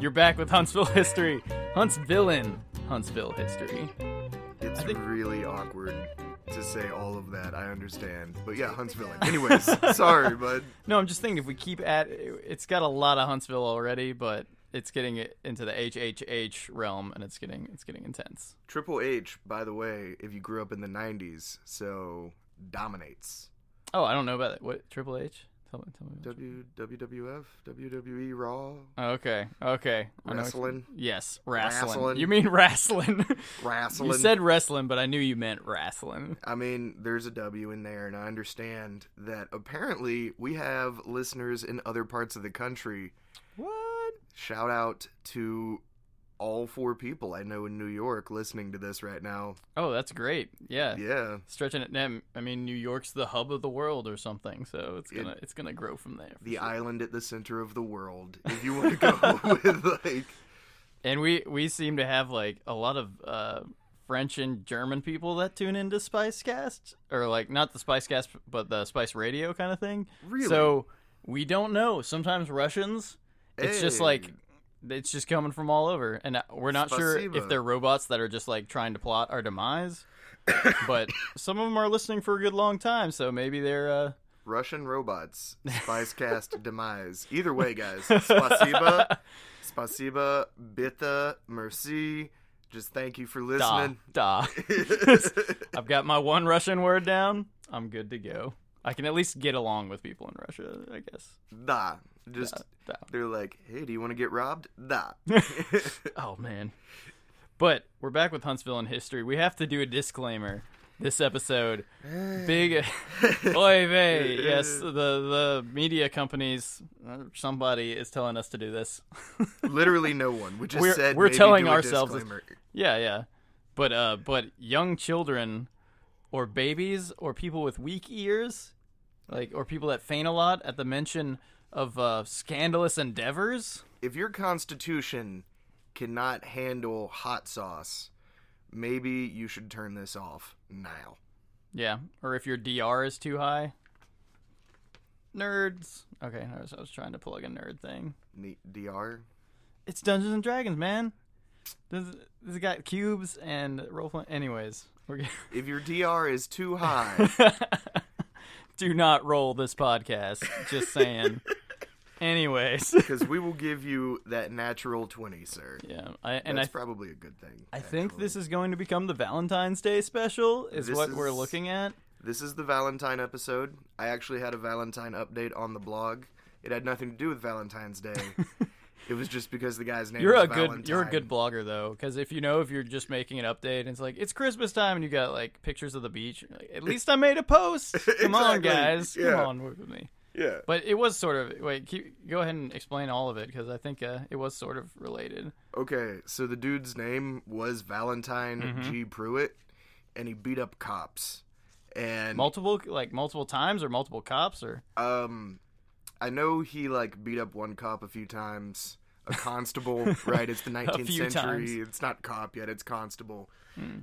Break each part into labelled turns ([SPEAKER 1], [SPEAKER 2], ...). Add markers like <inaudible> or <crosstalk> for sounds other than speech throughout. [SPEAKER 1] You're back with Huntsville <laughs> history. Huntsville in Huntsville history.
[SPEAKER 2] It's really awkward to say all of that. I understand, but yeah, Huntsville. Anyways,
[SPEAKER 1] <laughs>
[SPEAKER 2] sorry, but
[SPEAKER 1] No, I'm just thinking if we keep at it's got a lot of Huntsville already, but it's getting it into the HHH realm and it's getting it's getting intense.
[SPEAKER 2] Triple H, by the way, if you grew up in the '90s, so dominates
[SPEAKER 1] Oh, I don't know about it. What Triple H? Tell me tell me. about-
[SPEAKER 2] W WWF, WWE, E, Raw,
[SPEAKER 1] Oh, Okay. Okay. I know what you-
[SPEAKER 2] wrestling,
[SPEAKER 1] Yes, wrestling.
[SPEAKER 2] Wrestling.
[SPEAKER 1] You mean <laughs> wrestling.
[SPEAKER 2] wrestling.
[SPEAKER 1] you said wrestling, but I knew you meant wrestling.
[SPEAKER 2] I mean, there's a W in there, and I understand that apparently we have listeners in other parts of the country.
[SPEAKER 1] What?
[SPEAKER 2] Shout out to all four people I know in New York listening to this right now.
[SPEAKER 1] Oh, that's great. Yeah.
[SPEAKER 2] Yeah.
[SPEAKER 1] Stretching it now, I mean, New York's the hub of the world or something, so it's gonna it's gonna grow from there. for
[SPEAKER 2] The
[SPEAKER 1] sure.
[SPEAKER 2] island at the center of the world, if you want to
[SPEAKER 1] <laughs>
[SPEAKER 2] go with, like,
[SPEAKER 1] And we we seem to have like a lot of uh, French and German people that tune into Spicecast or like not the Spicecast but the Spice Radio kind of thing.
[SPEAKER 2] Really?
[SPEAKER 1] So we don't know. Sometimes Russians. It's just
[SPEAKER 2] Hey.
[SPEAKER 1] like it's just coming from all over, and uh, we're not sure if
[SPEAKER 2] Spasibo.
[SPEAKER 1] they're robots that are just like trying to plot our demise.
[SPEAKER 2] <laughs>
[SPEAKER 1] but some of them are listening for a good long time, so maybe they're. Uh,
[SPEAKER 2] Russian robots,
[SPEAKER 1] <laughs>
[SPEAKER 2] Spicecast demise. Either way, guys, spasiba, spasiba, bita, merci. Just thank you for
[SPEAKER 1] da,
[SPEAKER 2] listening.
[SPEAKER 1] da.
[SPEAKER 2] <laughs>
[SPEAKER 1] <laughs> I've got my one Russian word down. I'm good to go. I can at least get along with people in Russia, I guess.
[SPEAKER 2] Da. Just
[SPEAKER 1] Da.
[SPEAKER 2] they're like, hey, do you want to get robbed?
[SPEAKER 1] <laughs>
[SPEAKER 2] Da.
[SPEAKER 1] Oh man. But we're back with Huntsville in history. We have to do a disclaimer this episode. Big Oy vey. Yes, the the media companies uh, somebody is telling us to do this.
[SPEAKER 2] <laughs>
[SPEAKER 1] <laughs>
[SPEAKER 2] Literally no one. We just
[SPEAKER 1] We're-
[SPEAKER 2] said
[SPEAKER 1] we're
[SPEAKER 2] maybe
[SPEAKER 1] telling
[SPEAKER 2] do a
[SPEAKER 1] ourselves this-
[SPEAKER 2] disclaimer.
[SPEAKER 1] Yeah, yeah. But uh but young children or babies or people with weak ears, like or people that faint a lot at the mention of uh scandalous endeavors.
[SPEAKER 2] If your constitution cannot handle hot sauce, maybe you should turn this off now.
[SPEAKER 1] Yeah, or if your DR is too high. Nerds. Okay, I was, I was trying to plug a nerd thing.
[SPEAKER 2] Ne- Dr.
[SPEAKER 1] It's Dungeons and Dragons, man. This, this has got cubes and role playing. Anyways, we're g- <laughs>
[SPEAKER 2] If your DR is too high,
[SPEAKER 1] do not roll this podcast. Just saying. Anyways,
[SPEAKER 2] because we will give you that natural twenty, sir.
[SPEAKER 1] yeah, I, and I,
[SPEAKER 2] That's probably a good thing.
[SPEAKER 1] I think this is going to become the Valentine's Day special. Is
[SPEAKER 2] This
[SPEAKER 1] what we're
[SPEAKER 2] is-
[SPEAKER 1] looking at.
[SPEAKER 2] This is the Valentine episode. I actually had a Valentine update on the blog. It had nothing to do with Valentine's Day.
[SPEAKER 1] <laughs>
[SPEAKER 2] it was just because the guy's name.
[SPEAKER 1] You're
[SPEAKER 2] was
[SPEAKER 1] a
[SPEAKER 2] Valentine.
[SPEAKER 1] good you're a good blogger though, because if you know if you're just making an update and it's like it's Christmas time and you got like pictures of the beach, you're like, at least I made a
[SPEAKER 2] <laughs>
[SPEAKER 1] post. Come on,
[SPEAKER 2] Exactly,
[SPEAKER 1] guys,
[SPEAKER 2] yeah.
[SPEAKER 1] come on work with me.
[SPEAKER 2] Yeah.
[SPEAKER 1] But it was sort of wait, keep, go ahead and explain all of it because I think uh, it was sort of related.
[SPEAKER 2] Okay, so the dude's name was Valentine
[SPEAKER 1] Mm-hmm.
[SPEAKER 2] G. Pruitt, and he beat up cops. And
[SPEAKER 1] Multiple like multiple times or multiple cops or
[SPEAKER 2] um, I know he like beat up one cop a few times.
[SPEAKER 1] <laughs>
[SPEAKER 2] A constable, right? It's the 19th
[SPEAKER 1] few
[SPEAKER 2] century.
[SPEAKER 1] times. Hmm.
[SPEAKER 2] It's not cop yet. It's constable,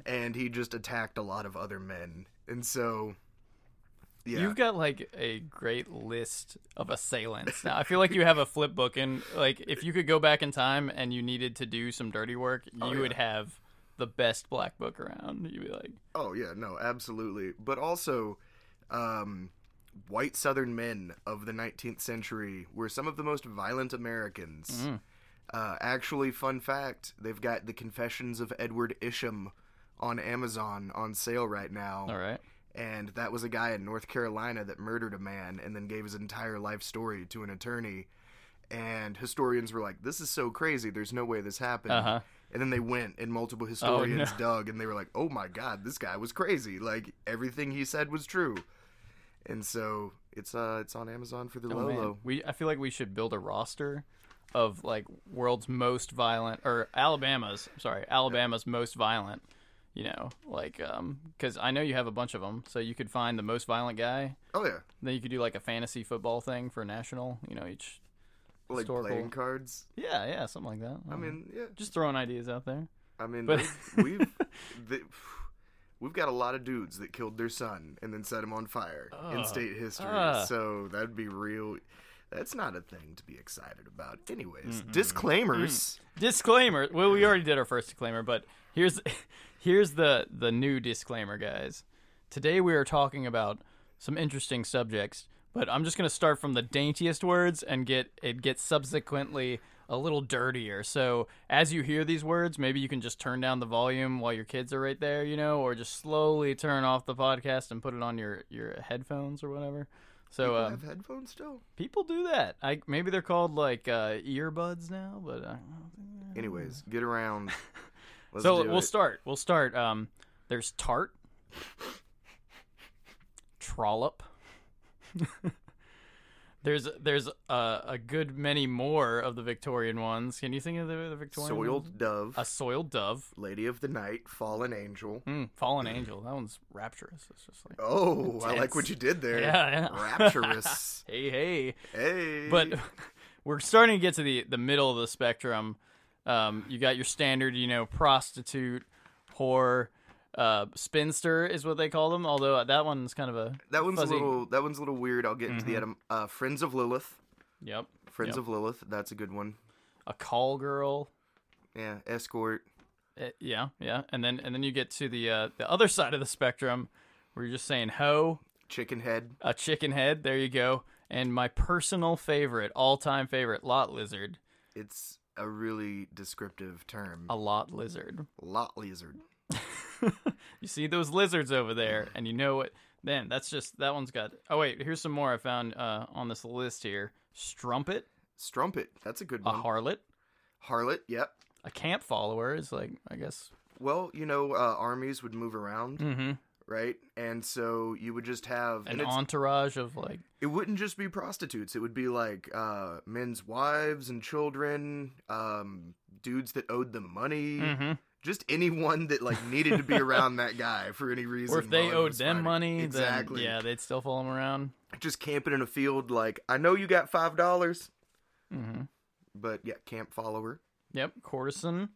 [SPEAKER 2] and he just attacked a lot of other men. And so, yeah,
[SPEAKER 1] you've got like a great list of assailants. Now I feel like you have a flip book and like if you could go back in time and you needed to do some dirty work, you
[SPEAKER 2] Oh,
[SPEAKER 1] would have the best black book around. You'd be like.
[SPEAKER 2] Oh yeah, no, absolutely. But also, um, white Southern men of the 19th century were some of the most violent Americans. Uh, actually, fun fact: they've got the Confessions of Edward Isham on Amazon on sale right now,
[SPEAKER 1] All right.
[SPEAKER 2] and that was a guy in North Carolina that murdered a man and then gave his entire life story to an attorney. And historians were like, "This is so crazy. There's no way this happened."
[SPEAKER 1] Uh-huh. Oh,
[SPEAKER 2] And then they went, and multiple historians <laughs> dug, and they were like, "Oh my god, this guy was crazy. Like everything he said was true." And so it's uh it's on Amazon for the
[SPEAKER 1] Oh,
[SPEAKER 2] low
[SPEAKER 1] man.
[SPEAKER 2] low.
[SPEAKER 1] We I feel like we should build a roster of like world's most violent or Alabama's sorry Alabama's most violent. You know, like um, because I know you have a bunch of them, so you could find the most violent guy.
[SPEAKER 2] Oh yeah,
[SPEAKER 1] Then you could do like a fantasy football thing for national. You know, each
[SPEAKER 2] like
[SPEAKER 1] Historical.
[SPEAKER 2] playing cards.
[SPEAKER 1] yeah yeah something like that.
[SPEAKER 2] I mean, yeah,
[SPEAKER 1] just throwing ideas out there.
[SPEAKER 2] I mean,
[SPEAKER 1] But- <laughs>
[SPEAKER 2] we've, we've the, we've got a lot of dudes that killed their son and then set him on fire in state history.
[SPEAKER 1] ah.
[SPEAKER 2] so that'd be real. That's not a thing to be excited about. Anyways,
[SPEAKER 1] Mm.
[SPEAKER 2] disclaimers.
[SPEAKER 1] disclaimer well we already did our first disclaimer but here's <laughs> here's the the new disclaimer guys today we are talking about some interesting subjects but i'm just going to start from the daintiest words and get it gets subsequently a little dirtier so as you hear these words maybe you can just turn down the volume while your kids are right there you know or just slowly turn off the podcast and put it on your your headphones or whatever so
[SPEAKER 2] Do I
[SPEAKER 1] um,
[SPEAKER 2] have headphones still.
[SPEAKER 1] people do that I, maybe they're called like uh, earbuds now but uh, I don't think
[SPEAKER 2] Anyways,
[SPEAKER 1] <laughs>
[SPEAKER 2] get around. Let's
[SPEAKER 1] so
[SPEAKER 2] do
[SPEAKER 1] we'll
[SPEAKER 2] it.
[SPEAKER 1] start. We'll start. Um, there's tart, trollop. <laughs> there's there's a, a good many more of the Victorian ones. Can you think of the, the Victorian? ones?
[SPEAKER 2] Soiled Dove,
[SPEAKER 1] A soiled dove.
[SPEAKER 2] Lady of the Night, Fallen Angel.
[SPEAKER 1] Mm, fallen angel. That one's rapturous. It's just like
[SPEAKER 2] Oh, I like
[SPEAKER 1] Intense.
[SPEAKER 2] what you did there.
[SPEAKER 1] Yeah, yeah. <laughs>
[SPEAKER 2] Rapturous.
[SPEAKER 1] hey hey.
[SPEAKER 2] hey.
[SPEAKER 1] but <laughs> we're starting to get to the the middle of the spectrum. Um, you got your standard, you know, prostitute, whore, uh, spinster is what they call them. Although that one's kind of a
[SPEAKER 2] that one's
[SPEAKER 1] fuzzy. Mm-hmm.
[SPEAKER 2] a little that one's a little weird. I'll get into the edam- uh, Friends of Lilith.
[SPEAKER 1] yep,
[SPEAKER 2] Friends
[SPEAKER 1] Yep.
[SPEAKER 2] of Lilith, that's a good one.
[SPEAKER 1] a call girl.
[SPEAKER 2] Yeah, escort.
[SPEAKER 1] Uh, yeah, yeah, and then and then you get to the uh, the other side of the spectrum where you're just saying hoe,
[SPEAKER 2] Chicken head.
[SPEAKER 1] a chicken head. There you go. And my personal favorite, all time favorite, lot lizard,
[SPEAKER 2] It's a really descriptive term.
[SPEAKER 1] a lot lizard.
[SPEAKER 2] Lot lizard.
[SPEAKER 1] <laughs> you see those lizards over there, and you know what? Then that's just that one's got. Oh wait, here's some more I found uh, on this list here: strumpet,
[SPEAKER 2] Strumpet. That's a good
[SPEAKER 1] a
[SPEAKER 2] one.
[SPEAKER 1] harlot,
[SPEAKER 2] Harlot. Yep.
[SPEAKER 1] a camp follower is like I guess.
[SPEAKER 2] Well, you know, uh, armies would move around,
[SPEAKER 1] Mm-hmm.
[SPEAKER 2] right? And so you would just have and
[SPEAKER 1] An
[SPEAKER 2] it's,
[SPEAKER 1] entourage of like
[SPEAKER 2] it wouldn't just be prostitutes. It would be like uh, men's wives and children, um, dudes that owed them money,
[SPEAKER 1] Mhm.
[SPEAKER 2] just anyone that like needed to
[SPEAKER 1] <laughs>
[SPEAKER 2] be around that guy for any reason.
[SPEAKER 1] or if they
[SPEAKER 2] while he
[SPEAKER 1] owed
[SPEAKER 2] was
[SPEAKER 1] them
[SPEAKER 2] fighting.
[SPEAKER 1] money,
[SPEAKER 2] exactly.
[SPEAKER 1] then yeah, they'd still follow them around.
[SPEAKER 2] just camping in a field. Like I know you got five dollars,
[SPEAKER 1] Mm-hmm.
[SPEAKER 2] but yeah, camp follower.
[SPEAKER 1] Yep, courtesan,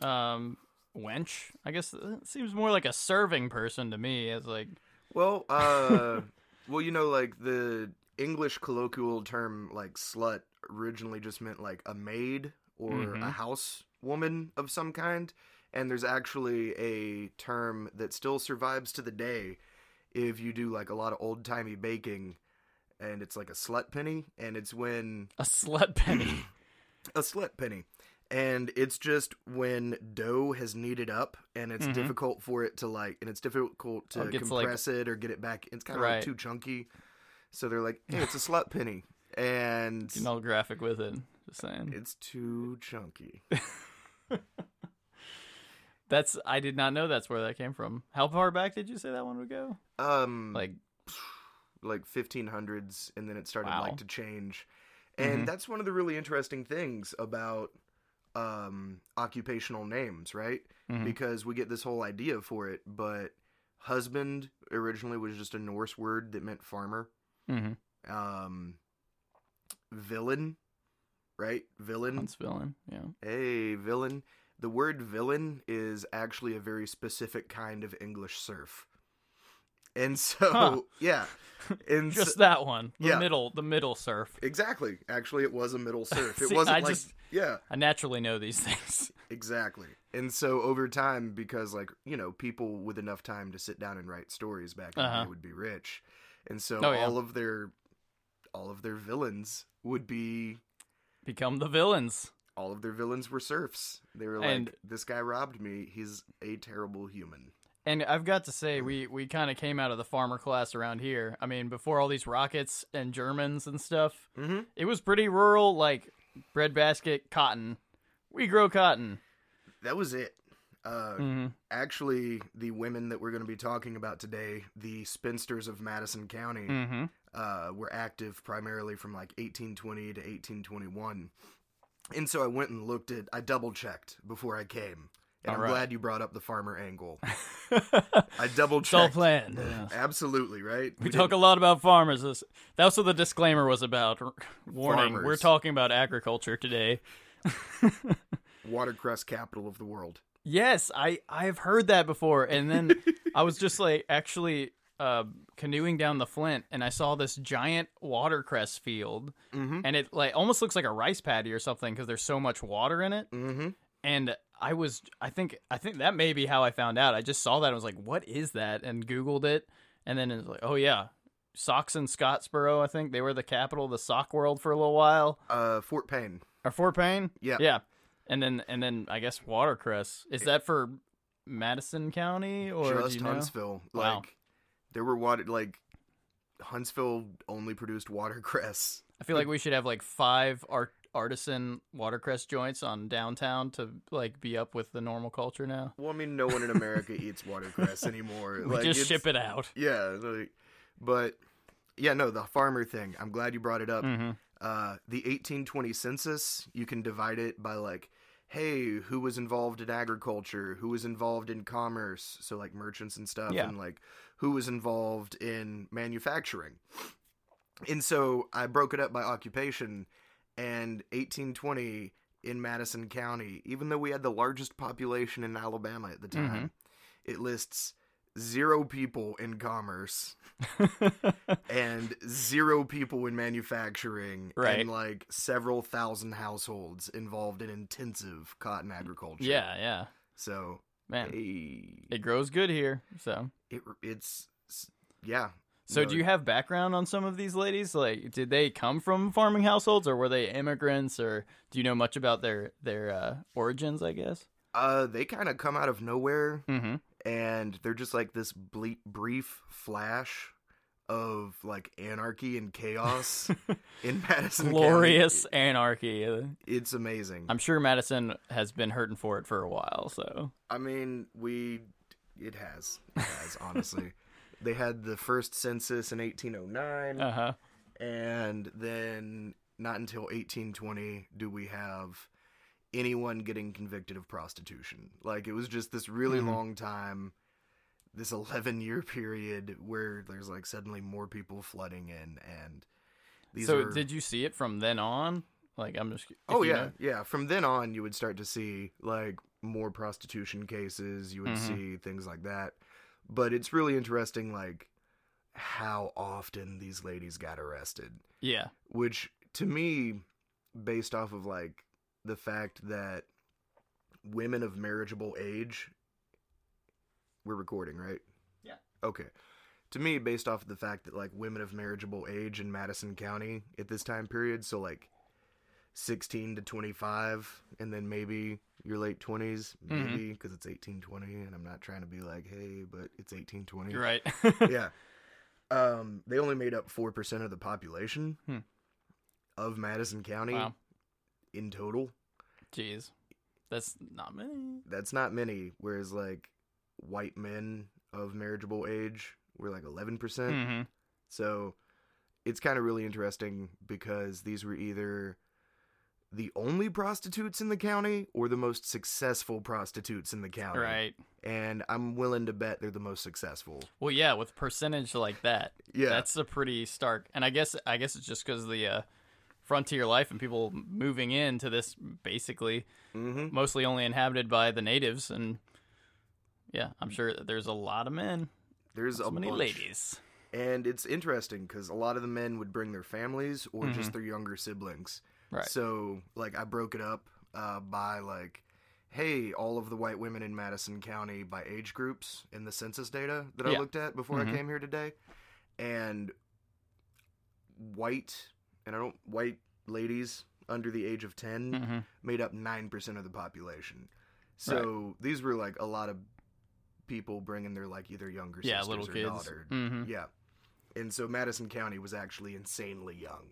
[SPEAKER 1] um, wench. I guess that seems more like a serving person to me as like
[SPEAKER 2] Well, uh, well, you know, like the English colloquial term, like slut, originally just meant like a maid or a
[SPEAKER 1] Mhm.
[SPEAKER 2] house woman of some kind. And there's actually a term that still survives to the day if you do like a lot of old timey baking, and it's like a slut penny, and it's when
[SPEAKER 1] a slut
[SPEAKER 2] <laughs>
[SPEAKER 1] penny.
[SPEAKER 2] a slut penny. And it's just when dough has kneaded up and it's
[SPEAKER 1] Mhm.
[SPEAKER 2] difficult for it to like, and it's difficult to
[SPEAKER 1] Oh, it gets, like-
[SPEAKER 2] compress it or get it back. It's kind of like
[SPEAKER 1] Right.
[SPEAKER 2] too chunky. So they're like, hey, it's a slut penny. And
[SPEAKER 1] Getting all graphic with it. Just saying.
[SPEAKER 2] it's too chunky.
[SPEAKER 1] That's I did not know that's where that came from. How far back did you say that one would go?
[SPEAKER 2] Um, like,
[SPEAKER 1] <laughs> Like
[SPEAKER 2] like 1500s. And then it started
[SPEAKER 1] Wow.
[SPEAKER 2] like to change. And
[SPEAKER 1] Mhm.
[SPEAKER 2] that's one of the really interesting things about um, occupational names, right?
[SPEAKER 1] mhm.
[SPEAKER 2] because we get this whole idea for it, but husband originally was just a Norse word that meant farmer.
[SPEAKER 1] Mhm.
[SPEAKER 2] Um, villain, right? Villain.
[SPEAKER 1] Hunts villain, yeah.
[SPEAKER 2] Hey, villain. The word villain is actually a very specific kind of English serf. And so,
[SPEAKER 1] Huh. <laughs>
[SPEAKER 2] yeah. And so-
[SPEAKER 1] Just that one. The
[SPEAKER 2] yeah.
[SPEAKER 1] middle the middle surf.
[SPEAKER 2] exactly. Actually, it was
[SPEAKER 1] <laughs>
[SPEAKER 2] a middle serf. It
[SPEAKER 1] See,
[SPEAKER 2] wasn't
[SPEAKER 1] I
[SPEAKER 2] like,
[SPEAKER 1] just-
[SPEAKER 2] yeah.
[SPEAKER 1] I naturally know these <laughs> things.
[SPEAKER 2] Exactly. And so over time, because like, you know, people with enough time to sit down and write stories back in the
[SPEAKER 1] Uh-huh.
[SPEAKER 2] day would be rich. And so
[SPEAKER 1] Oh, yeah.
[SPEAKER 2] all of their all of their villains would be
[SPEAKER 1] Become the villains.
[SPEAKER 2] all of their villains were serfs. They were like,
[SPEAKER 1] And-
[SPEAKER 2] This guy robbed me, he's a terrible human.
[SPEAKER 1] And I've got to say, we, we kind of came out of the farmer class around here. I mean, before all these rockets and Germans and stuff,
[SPEAKER 2] Mm-hmm.
[SPEAKER 1] it was pretty rural, like breadbasket, cotton. We grow cotton.
[SPEAKER 2] That was it. Uh,
[SPEAKER 1] hmm
[SPEAKER 2] Actually, the women that we're going to be talking about today, the spinsters of Madison County,
[SPEAKER 1] hmm
[SPEAKER 2] uh, were active primarily from like 1820 to 1821. And so I went and looked at, I double checked before I came. And
[SPEAKER 1] All
[SPEAKER 2] I'm
[SPEAKER 1] right.
[SPEAKER 2] glad you brought up the
[SPEAKER 1] <laughs>
[SPEAKER 2] farmer angle. I double
[SPEAKER 1] it's all
[SPEAKER 2] checked.
[SPEAKER 1] planned.
[SPEAKER 2] <laughs>
[SPEAKER 1] Yeah.
[SPEAKER 2] Absolutely, right?
[SPEAKER 1] We talk a lot about farmers. This- That's what the disclaimer was about. R- Warning:
[SPEAKER 2] Farmers.
[SPEAKER 1] We're talking about agriculture today.
[SPEAKER 2] didn't- watercress capital of the world. <laughs>
[SPEAKER 1] Yes, I I have heard that before, and then I was just like, actually, uh, canoeing down the Flint, and I saw this giant watercress field,
[SPEAKER 2] Mm-hmm.
[SPEAKER 1] and it like almost looks like a rice paddy or something because there's so much water in it.
[SPEAKER 2] Mm-hmm.
[SPEAKER 1] And I was, I think, I think that may be how I found out. I just saw that and was like, "What is that?" and Googled it, and then it was like, "Oh yeah, Sox and Scottsboro. I think they were the capital of the sock world for a little while,
[SPEAKER 2] Uh, Fort Payne.
[SPEAKER 1] or Fort Payne."
[SPEAKER 2] Yeah.
[SPEAKER 1] yeah. And then, and then I guess watercress is that for Madison County or do
[SPEAKER 2] just
[SPEAKER 1] you know?
[SPEAKER 2] Huntsville.
[SPEAKER 1] Wow.
[SPEAKER 2] Like there were water like Huntsville only produced watercress.
[SPEAKER 1] I feel like we should have like five art artisan watercress joints on downtown to like be up with the normal culture now.
[SPEAKER 2] Well, I mean, no one in America
[SPEAKER 1] <laughs>
[SPEAKER 2] eats watercress anymore.
[SPEAKER 1] We
[SPEAKER 2] like,
[SPEAKER 1] just
[SPEAKER 2] it's-
[SPEAKER 1] ship it out.
[SPEAKER 2] Yeah, like, but yeah, no, the farmer thing. I'm glad you brought it up.
[SPEAKER 1] hmm
[SPEAKER 2] Uh, the 1820 census, you can divide it by like, hey, who was involved in agriculture, who was involved in commerce, so like merchants and stuff,
[SPEAKER 1] Yeah.
[SPEAKER 2] and like who was involved in manufacturing. And so I broke it up by occupation, and 1820 in Madison County, even though we had the largest population in Alabama at the
[SPEAKER 1] Mm-hmm.
[SPEAKER 2] time, it lists zero people
[SPEAKER 1] <laughs>
[SPEAKER 2] in commerce and zero people in manufacturing
[SPEAKER 1] Right.
[SPEAKER 2] and like several thousand households involved in intensive cotton agriculture.
[SPEAKER 1] Yeah, yeah,
[SPEAKER 2] So
[SPEAKER 1] man,
[SPEAKER 2] hey,
[SPEAKER 1] it grows good here. So,
[SPEAKER 2] it, it's s- yeah.
[SPEAKER 1] so
[SPEAKER 2] No,
[SPEAKER 1] do you have background on some of these ladies? Like, did they come from farming households, or were they immigrants, or do you know much about their their uh, origins? I guess.
[SPEAKER 2] uh they kind of come out of nowhere
[SPEAKER 1] Mm-hmm.
[SPEAKER 2] and they're just like this ble- brief flash of like anarchy and
[SPEAKER 1] <laughs>
[SPEAKER 2] chaos in Madison County.
[SPEAKER 1] <laughs> Glorious anarchy.
[SPEAKER 2] It's amazing.
[SPEAKER 1] I'm sure Madison has been hurting for it for a while. So,
[SPEAKER 2] I mean, we it has. It
[SPEAKER 1] <laughs>
[SPEAKER 2] has, honestly. They had the first census in 1809
[SPEAKER 1] uh huh.
[SPEAKER 2] and then not until 1820 do we have anyone getting convicted of prostitution. Like it was just this really
[SPEAKER 1] Mhm.
[SPEAKER 2] long time this 11 year period where there's like suddenly more people flooding in and these
[SPEAKER 1] so
[SPEAKER 2] are
[SPEAKER 1] did you see it from then on? Like I'm just. if
[SPEAKER 2] Oh
[SPEAKER 1] you
[SPEAKER 2] yeah,
[SPEAKER 1] know-
[SPEAKER 2] yeah. From then on, you would start to see like more prostitution cases. You would
[SPEAKER 1] Mhm.
[SPEAKER 2] see things like that. But it's really interesting, like how often these ladies got arrested.
[SPEAKER 1] yeah.
[SPEAKER 2] Which to me, based off of like the fact that women of marriageable age, we're recording, right?
[SPEAKER 1] Yeah.
[SPEAKER 2] Okay. To me, based off of the fact that like women of marriageable age in Madison County at this time period, so like 16 to 25, and then maybe your late 20s,
[SPEAKER 1] Mhm.
[SPEAKER 2] maybe because it's 1820, and I'm not trying to be like, hey, but it's 1820
[SPEAKER 1] You're right. <laughs>
[SPEAKER 2] yeah. Um, they only made up four percent of the population
[SPEAKER 1] Hmm.
[SPEAKER 2] of Madison County
[SPEAKER 1] wow.
[SPEAKER 2] in total.
[SPEAKER 1] Jeez. That's not many.
[SPEAKER 2] That's not many. Whereas like white men of marriageable age were like eleven percent.
[SPEAKER 1] hmm
[SPEAKER 2] So it's kind of really interesting because these were either the only prostitutes in the county or the most successful prostitutes in the county.
[SPEAKER 1] Right.
[SPEAKER 2] And I'm willing to bet they're the most successful.
[SPEAKER 1] Well, yeah, with percentage like that,
[SPEAKER 2] Yeah.
[SPEAKER 1] that's a pretty stark. And I guess I guess it's just because the uh, frontier life and people moving into this basically
[SPEAKER 2] mm-hmm.
[SPEAKER 1] mostly only inhabited by the natives and. Yeah, I'm sure that there's a lot of men,
[SPEAKER 2] There's
[SPEAKER 1] so
[SPEAKER 2] a
[SPEAKER 1] many
[SPEAKER 2] bunch.
[SPEAKER 1] ladies.
[SPEAKER 2] And it's interesting because a lot of the men would bring their families or just their younger siblings.
[SPEAKER 1] Mm-hmm. Right.
[SPEAKER 2] So, like, I broke it up uh, by, like, hey, all of the white women in Madison County by age groups in the census data that I
[SPEAKER 1] Yeah.
[SPEAKER 2] looked at before
[SPEAKER 1] Mhm.
[SPEAKER 2] I came here today. And white, and I don't, white ladies under the age of 10
[SPEAKER 1] Mhm.
[SPEAKER 2] made up 9% of the population. So, these were, like, a lot of people bringing their, like, either younger
[SPEAKER 1] Yeah,
[SPEAKER 2] sisters
[SPEAKER 1] little
[SPEAKER 2] or
[SPEAKER 1] kids.
[SPEAKER 2] daughter
[SPEAKER 1] hmm
[SPEAKER 2] yeah. And so Madison County was actually insanely young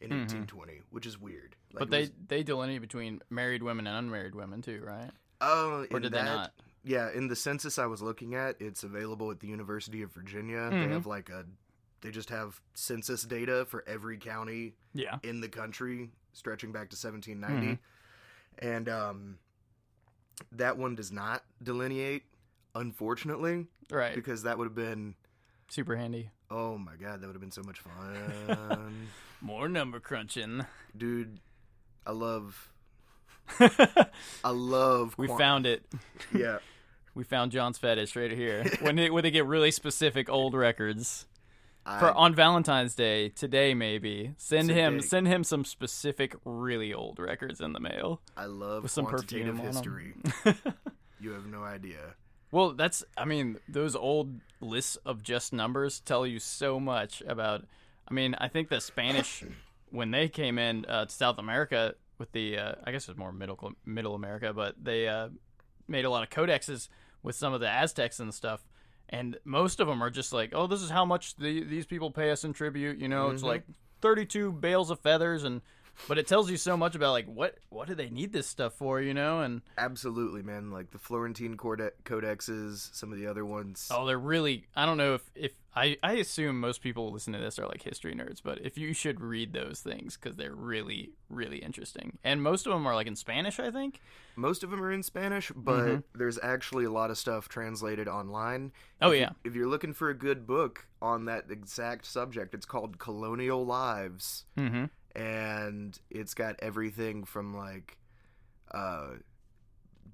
[SPEAKER 2] in
[SPEAKER 1] Mhm.
[SPEAKER 2] 1820, which is weird. Like,
[SPEAKER 1] but
[SPEAKER 2] it
[SPEAKER 1] they
[SPEAKER 2] was-
[SPEAKER 1] they delineate between married women and unmarried women too, right?
[SPEAKER 2] oh,
[SPEAKER 1] Or
[SPEAKER 2] in
[SPEAKER 1] did they
[SPEAKER 2] that,
[SPEAKER 1] not?
[SPEAKER 2] Yeah, in the census I was looking at, it's available at the University of Virginia.
[SPEAKER 1] Mhm.
[SPEAKER 2] They have like a they just have census data for every county
[SPEAKER 1] Yeah.
[SPEAKER 2] in the country stretching back to 1790.
[SPEAKER 1] Mm-hmm.
[SPEAKER 2] And um that one does not delineate unfortunately
[SPEAKER 1] Right.
[SPEAKER 2] because that would have been
[SPEAKER 1] Super handy.
[SPEAKER 2] oh my god, that would have been
[SPEAKER 1] <laughs>
[SPEAKER 2] so much fun.
[SPEAKER 1] More number crunching.
[SPEAKER 2] dude i love i love
[SPEAKER 1] <laughs> we
[SPEAKER 2] quan-
[SPEAKER 1] found it. <laughs>
[SPEAKER 2] yeah
[SPEAKER 1] We found John's fetish right
[SPEAKER 2] <laughs>
[SPEAKER 1] here. when they, when they get really specific old records
[SPEAKER 2] I-
[SPEAKER 1] for on Valentine's Day today, maybe send him
[SPEAKER 2] Today.
[SPEAKER 1] send him some specific really old records in the mail.
[SPEAKER 2] I love
[SPEAKER 1] with some
[SPEAKER 2] quantitative
[SPEAKER 1] perfume on 'em.
[SPEAKER 2] history.
[SPEAKER 1] <laughs>
[SPEAKER 2] you have no idea.
[SPEAKER 1] Well, that's I mean those old lists of just numbers tell you so much about. I mean, I think the Spanish when they came in uh, to South America with the uh, I guess it was more middle middle America, but they uh, made a lot of codexes with some of the Aztecs and stuff. And most of them are just like, oh, this is how much the, these people pay us in tribute. You know, it's like thirty-two bales of feathers, and but it tells you so much about like what what do they need this stuff for? You know, and
[SPEAKER 2] Absolutely, man. Like the Florentine corde- codexes, some of the other ones.
[SPEAKER 1] Oh, they're really. I don't know if if I I assume most people listen to this are like history nerds, but if you should read those things because they're really really interesting, and most of them are like in Spanish, I think.
[SPEAKER 2] Most of them are in Spanish, but there's actually a lot of stuff translated online.
[SPEAKER 1] Mm-hmm. Oh yeah,
[SPEAKER 2] If you're looking for a good book on that exact subject, it's called Colonial Lives,
[SPEAKER 1] mm-hmm.
[SPEAKER 2] and it's got everything from like uh,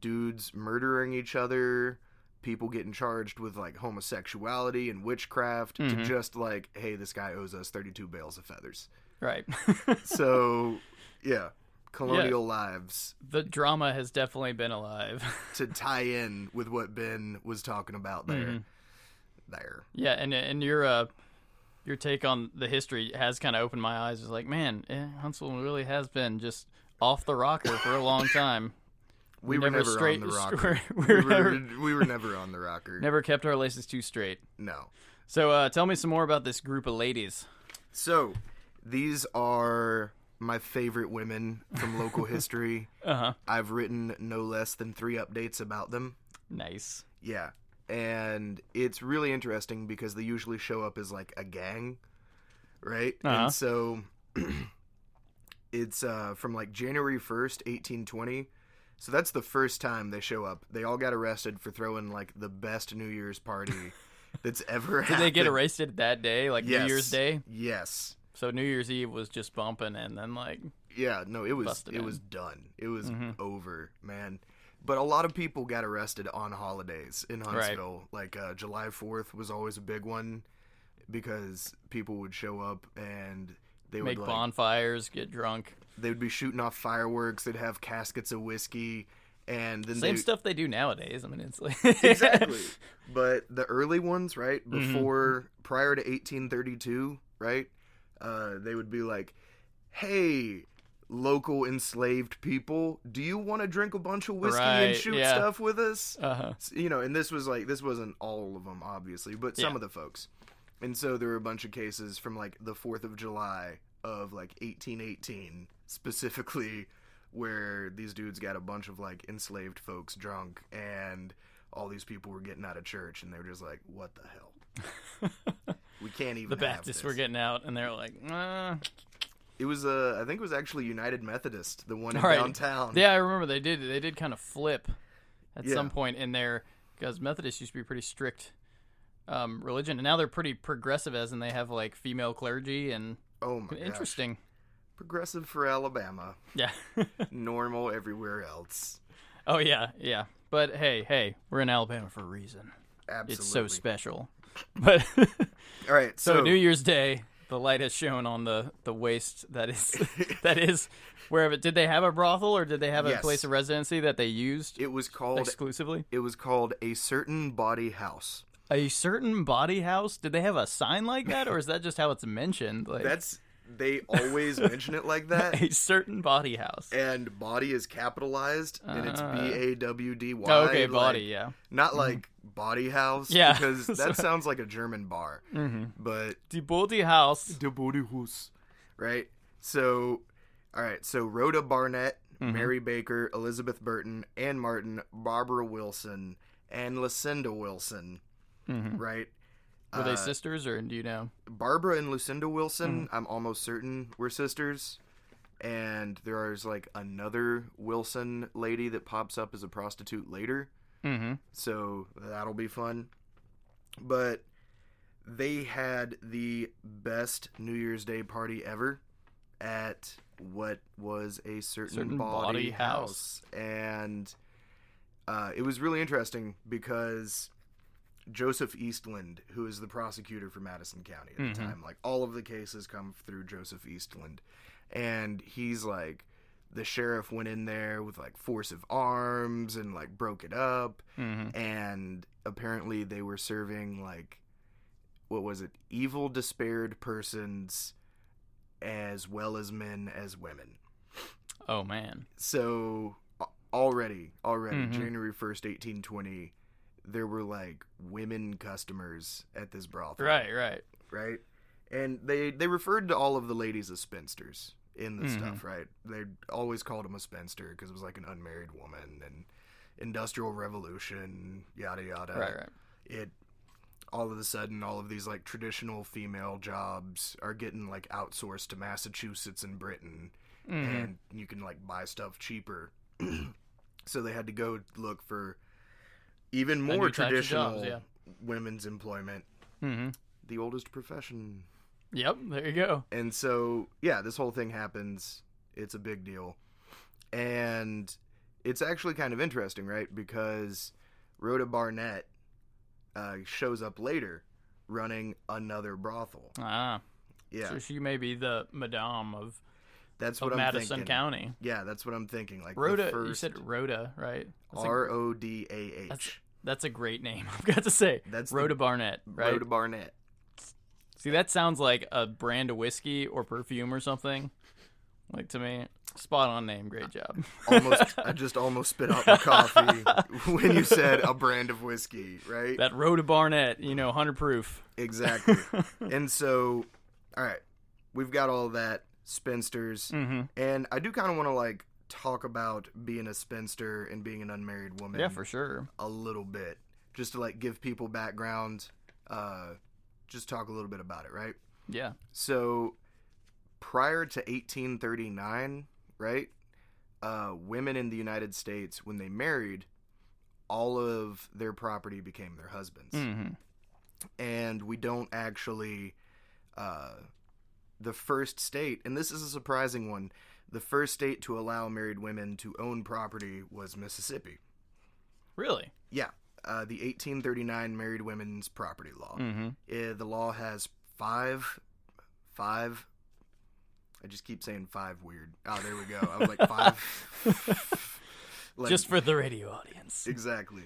[SPEAKER 2] dudes murdering each other, people getting charged with like homosexuality and witchcraft, to
[SPEAKER 1] Mhm.
[SPEAKER 2] just like, hey, this guy owes us 32 bales of feathers.
[SPEAKER 1] right.
[SPEAKER 2] <laughs>
[SPEAKER 1] <laughs>
[SPEAKER 2] So, yeah, Colonial Lives
[SPEAKER 1] the drama has definitely been alive. <laughs>
[SPEAKER 2] to tie in with what Ben was talking about there.
[SPEAKER 1] Mhm.
[SPEAKER 2] There.
[SPEAKER 1] yeah, and and your uh your take on the history has kind of opened my eyes. It's like, man, eh, Huntsville really has been just off the rocker for a long time.
[SPEAKER 2] We were
[SPEAKER 1] never
[SPEAKER 2] never
[SPEAKER 1] straight- <laughs>
[SPEAKER 2] on the rocker.
[SPEAKER 1] we
[SPEAKER 2] we, were,
[SPEAKER 1] were never-
[SPEAKER 2] <laughs> we were never on the rocker.
[SPEAKER 1] <laughs> Never kept our laces too straight.
[SPEAKER 2] No.
[SPEAKER 1] So uh, tell me some more about this group of ladies.
[SPEAKER 2] So, these are my favorite women from
[SPEAKER 1] <laughs>
[SPEAKER 2] local history.
[SPEAKER 1] Uh huh.
[SPEAKER 2] I've written no less than three updates about them.
[SPEAKER 1] Nice.
[SPEAKER 2] Yeah. And it's really interesting because they usually show up as like a gang, right?
[SPEAKER 1] Uh-huh.
[SPEAKER 2] And so <clears throat> it's uh, from like January 1st, 1820. So that's the first time they show up. They all got arrested for throwing like the best New
[SPEAKER 1] <laughs>
[SPEAKER 2] Year's party that's ever
[SPEAKER 1] Did they get
[SPEAKER 2] happened.
[SPEAKER 1] arrested that day, like
[SPEAKER 2] Yes.
[SPEAKER 1] New Year's Day?
[SPEAKER 2] Yes.
[SPEAKER 1] So New Year's Eve was just bumping, and then like,
[SPEAKER 2] Yeah, no, it was
[SPEAKER 1] Busted
[SPEAKER 2] it
[SPEAKER 1] in. Mm-hmm.
[SPEAKER 2] was done. It was over, man. But a lot of people got arrested on holidays in Huntsville. Like uh, July Fourth was always a big one because people would show up and they
[SPEAKER 1] make
[SPEAKER 2] would like
[SPEAKER 1] bonfires, get drunk,
[SPEAKER 2] they would be shooting off fireworks. They'd have caskets of whiskey, and then
[SPEAKER 1] same
[SPEAKER 2] they,
[SPEAKER 1] stuff they do nowadays. I mean, it's like <laughs>
[SPEAKER 2] exactly. <laughs> But the early ones, right
[SPEAKER 1] Mm-hmm.
[SPEAKER 2] before prior to 1832, right, uh, they would be like, "Hey, local enslaved people, do you want to drink a bunch of whiskey and
[SPEAKER 1] Right,
[SPEAKER 2] shoot
[SPEAKER 1] yeah.
[SPEAKER 2] stuff with us?"
[SPEAKER 1] Uh huh.
[SPEAKER 2] S- You know, and this was like this wasn't all of them, obviously, but some
[SPEAKER 1] Yeah.
[SPEAKER 2] of the folks. And so there were a bunch of cases from like the Fourth of July of like 1818 specifically where these dudes got a bunch of like enslaved folks drunk and all these people were getting out of church and they were just like what the hell
[SPEAKER 1] <laughs>
[SPEAKER 2] we can't even
[SPEAKER 1] The
[SPEAKER 2] have
[SPEAKER 1] Baptists
[SPEAKER 2] this. Um,
[SPEAKER 1] were getting out, and they're like, "Uh." "Nah."
[SPEAKER 2] it was uh, i think it was actually united methodist the one in
[SPEAKER 1] All right.
[SPEAKER 2] downtown
[SPEAKER 1] yeah, I remember they did. They did kind of flip at
[SPEAKER 2] Yeah.
[SPEAKER 1] some point in there because Methodists used to be pretty strict um, religion, and now they're pretty progressive as, and they have like female clergy and
[SPEAKER 2] oh my gosh
[SPEAKER 1] interesting.
[SPEAKER 2] progressive for alabama
[SPEAKER 1] <laughs> Yeah.
[SPEAKER 2] normal everywhere else
[SPEAKER 1] Oh yeah, yeah. But hey, hey, we're in Alabama for a reason.
[SPEAKER 2] absolutely
[SPEAKER 1] It's so special. <laughs> But
[SPEAKER 2] all right
[SPEAKER 1] so
[SPEAKER 2] so,
[SPEAKER 1] New Year's Day, the light has shone on the the waste that is <laughs> that is wherever. Did they have a brothel or did they have a
[SPEAKER 2] Yes.
[SPEAKER 1] place of residency that they used
[SPEAKER 2] it was called
[SPEAKER 1] exclusively?
[SPEAKER 2] it was called a certain body house
[SPEAKER 1] A certain body house? Did they have a sign like that, or is that just how it's mentioned? Like
[SPEAKER 2] that's they always mention it like
[SPEAKER 1] <laughs>
[SPEAKER 2] that
[SPEAKER 1] a certain body house.
[SPEAKER 2] and body is capitalized and it's
[SPEAKER 1] Ah.
[SPEAKER 2] B A W D Y.
[SPEAKER 1] Oh, okay,
[SPEAKER 2] like,
[SPEAKER 1] body. yeah.
[SPEAKER 2] not like body house.
[SPEAKER 1] Yeah. <laughs>
[SPEAKER 2] because
[SPEAKER 1] So- Mm-hmm.
[SPEAKER 2] that sounds like a German bar. But
[SPEAKER 1] The body house.
[SPEAKER 2] the body house, right? So, all right. So Rhoda Barnett,
[SPEAKER 1] Mm-hmm.
[SPEAKER 2] Mary Baker, Elizabeth Burton, Ann Martin, Barbara Wilson, and Lucinda Wilson,
[SPEAKER 1] Mhm.
[SPEAKER 2] right?
[SPEAKER 1] Were they
[SPEAKER 2] Uh,
[SPEAKER 1] sisters, or do you know?
[SPEAKER 2] Barbara and Lucinda Wilson, I'm almost certain were sisters. And there is like another Wilson lady that pops up as a prostitute later.
[SPEAKER 1] Mm-hmm.
[SPEAKER 2] So that'll be fun. But they had the best New Year's Day party ever at what was a certain,
[SPEAKER 1] Certain
[SPEAKER 2] body,
[SPEAKER 1] body
[SPEAKER 2] house. And Uh, it was really interesting because Joseph Eastland, who is the prosecutor for Madison County at the time, like all of the cases come through Joseph Eastland. And he's like, the sheriff went in there with like force of arms and like broke it up.
[SPEAKER 1] Mhm.
[SPEAKER 2] And apparently they were serving like, what was it? Evil despaired persons as well as men as women.
[SPEAKER 1] Oh man.
[SPEAKER 2] So a- already, already,
[SPEAKER 1] Mhm.
[SPEAKER 2] January 1st, 1820, there were like women customers at this brothel
[SPEAKER 1] Right, right.
[SPEAKER 2] right? And they they referred to all of the ladies as spinsters in the
[SPEAKER 1] Mhm.
[SPEAKER 2] stuff, right? They always called them a spinster because it was like an unmarried woman and industrial revolution, yada yada.
[SPEAKER 1] right, right.
[SPEAKER 2] It all of a sudden all of these like traditional female jobs are getting like outsourced to Massachusetts and Britain
[SPEAKER 1] Mhm.
[SPEAKER 2] and you can like buy stuff cheaper. <clears throat> so they had to go look for even
[SPEAKER 1] new
[SPEAKER 2] more
[SPEAKER 1] types of jobs,
[SPEAKER 2] traditional
[SPEAKER 1] yeah.
[SPEAKER 2] women's employment,
[SPEAKER 1] Mhm.
[SPEAKER 2] the oldest profession
[SPEAKER 1] Yep, there you go.
[SPEAKER 2] and so, yeah, this whole thing happens. It's a big deal. And it's actually kind of interesting, right? Because Rhoda Barnett uh, shows up later running another brothel.
[SPEAKER 1] Ah,
[SPEAKER 2] Yeah,
[SPEAKER 1] so she may be the Madame of,
[SPEAKER 2] that's
[SPEAKER 1] of
[SPEAKER 2] what I'm
[SPEAKER 1] Oh, Madison
[SPEAKER 2] thinking.
[SPEAKER 1] County.
[SPEAKER 2] Yeah, that's what I'm thinking. Like the
[SPEAKER 1] Rhoda, you
[SPEAKER 2] first
[SPEAKER 1] said Rhoda, right? That's a-
[SPEAKER 2] R O D A
[SPEAKER 1] that's-
[SPEAKER 2] H.
[SPEAKER 1] That's a great name. <laughs> I've got to say,
[SPEAKER 2] That's the-
[SPEAKER 1] Rhoda Barnett, right? <laughs>
[SPEAKER 2] Rhoda Barnett.
[SPEAKER 1] See, that sounds like a brand of whiskey or perfume or something. Like to me, spot on name.
[SPEAKER 2] <laughs>
[SPEAKER 1] Great job.
[SPEAKER 2] Almost, I just almost spit out
[SPEAKER 1] <laughs>
[SPEAKER 2] my coffee when you said a brand of whiskey, right?
[SPEAKER 1] that Rhoda Barnett, you know, hundred proof. <laughs>
[SPEAKER 2] Exactly.
[SPEAKER 1] Mm.
[SPEAKER 2] and so, all right, we've got all that spinsters,
[SPEAKER 1] Mm-hmm.
[SPEAKER 2] and I do kind of want to like talk about being a spinster and being an unmarried woman
[SPEAKER 1] Yeah, for sure.
[SPEAKER 2] a little bit, just to like give people background. Uh, just talk a little bit about it, right?
[SPEAKER 1] Yeah.
[SPEAKER 2] So, prior to 1839, right? Uh, women in the United States, when they married, all of their property became their husbands
[SPEAKER 1] Mm-hmm.
[SPEAKER 2] and we don't actually uh, the first state and this is a surprising one the first state to allow married women to own property was mississippi
[SPEAKER 1] Really.
[SPEAKER 2] yeah uh, the 1839 married women's property law
[SPEAKER 1] Mm-hmm.
[SPEAKER 2] Eh, the law has five five i just keep saying five weird oh there we go i was like five <laughs> like,
[SPEAKER 1] Just for the radio
[SPEAKER 2] <laughs>
[SPEAKER 1] audience.
[SPEAKER 2] exactly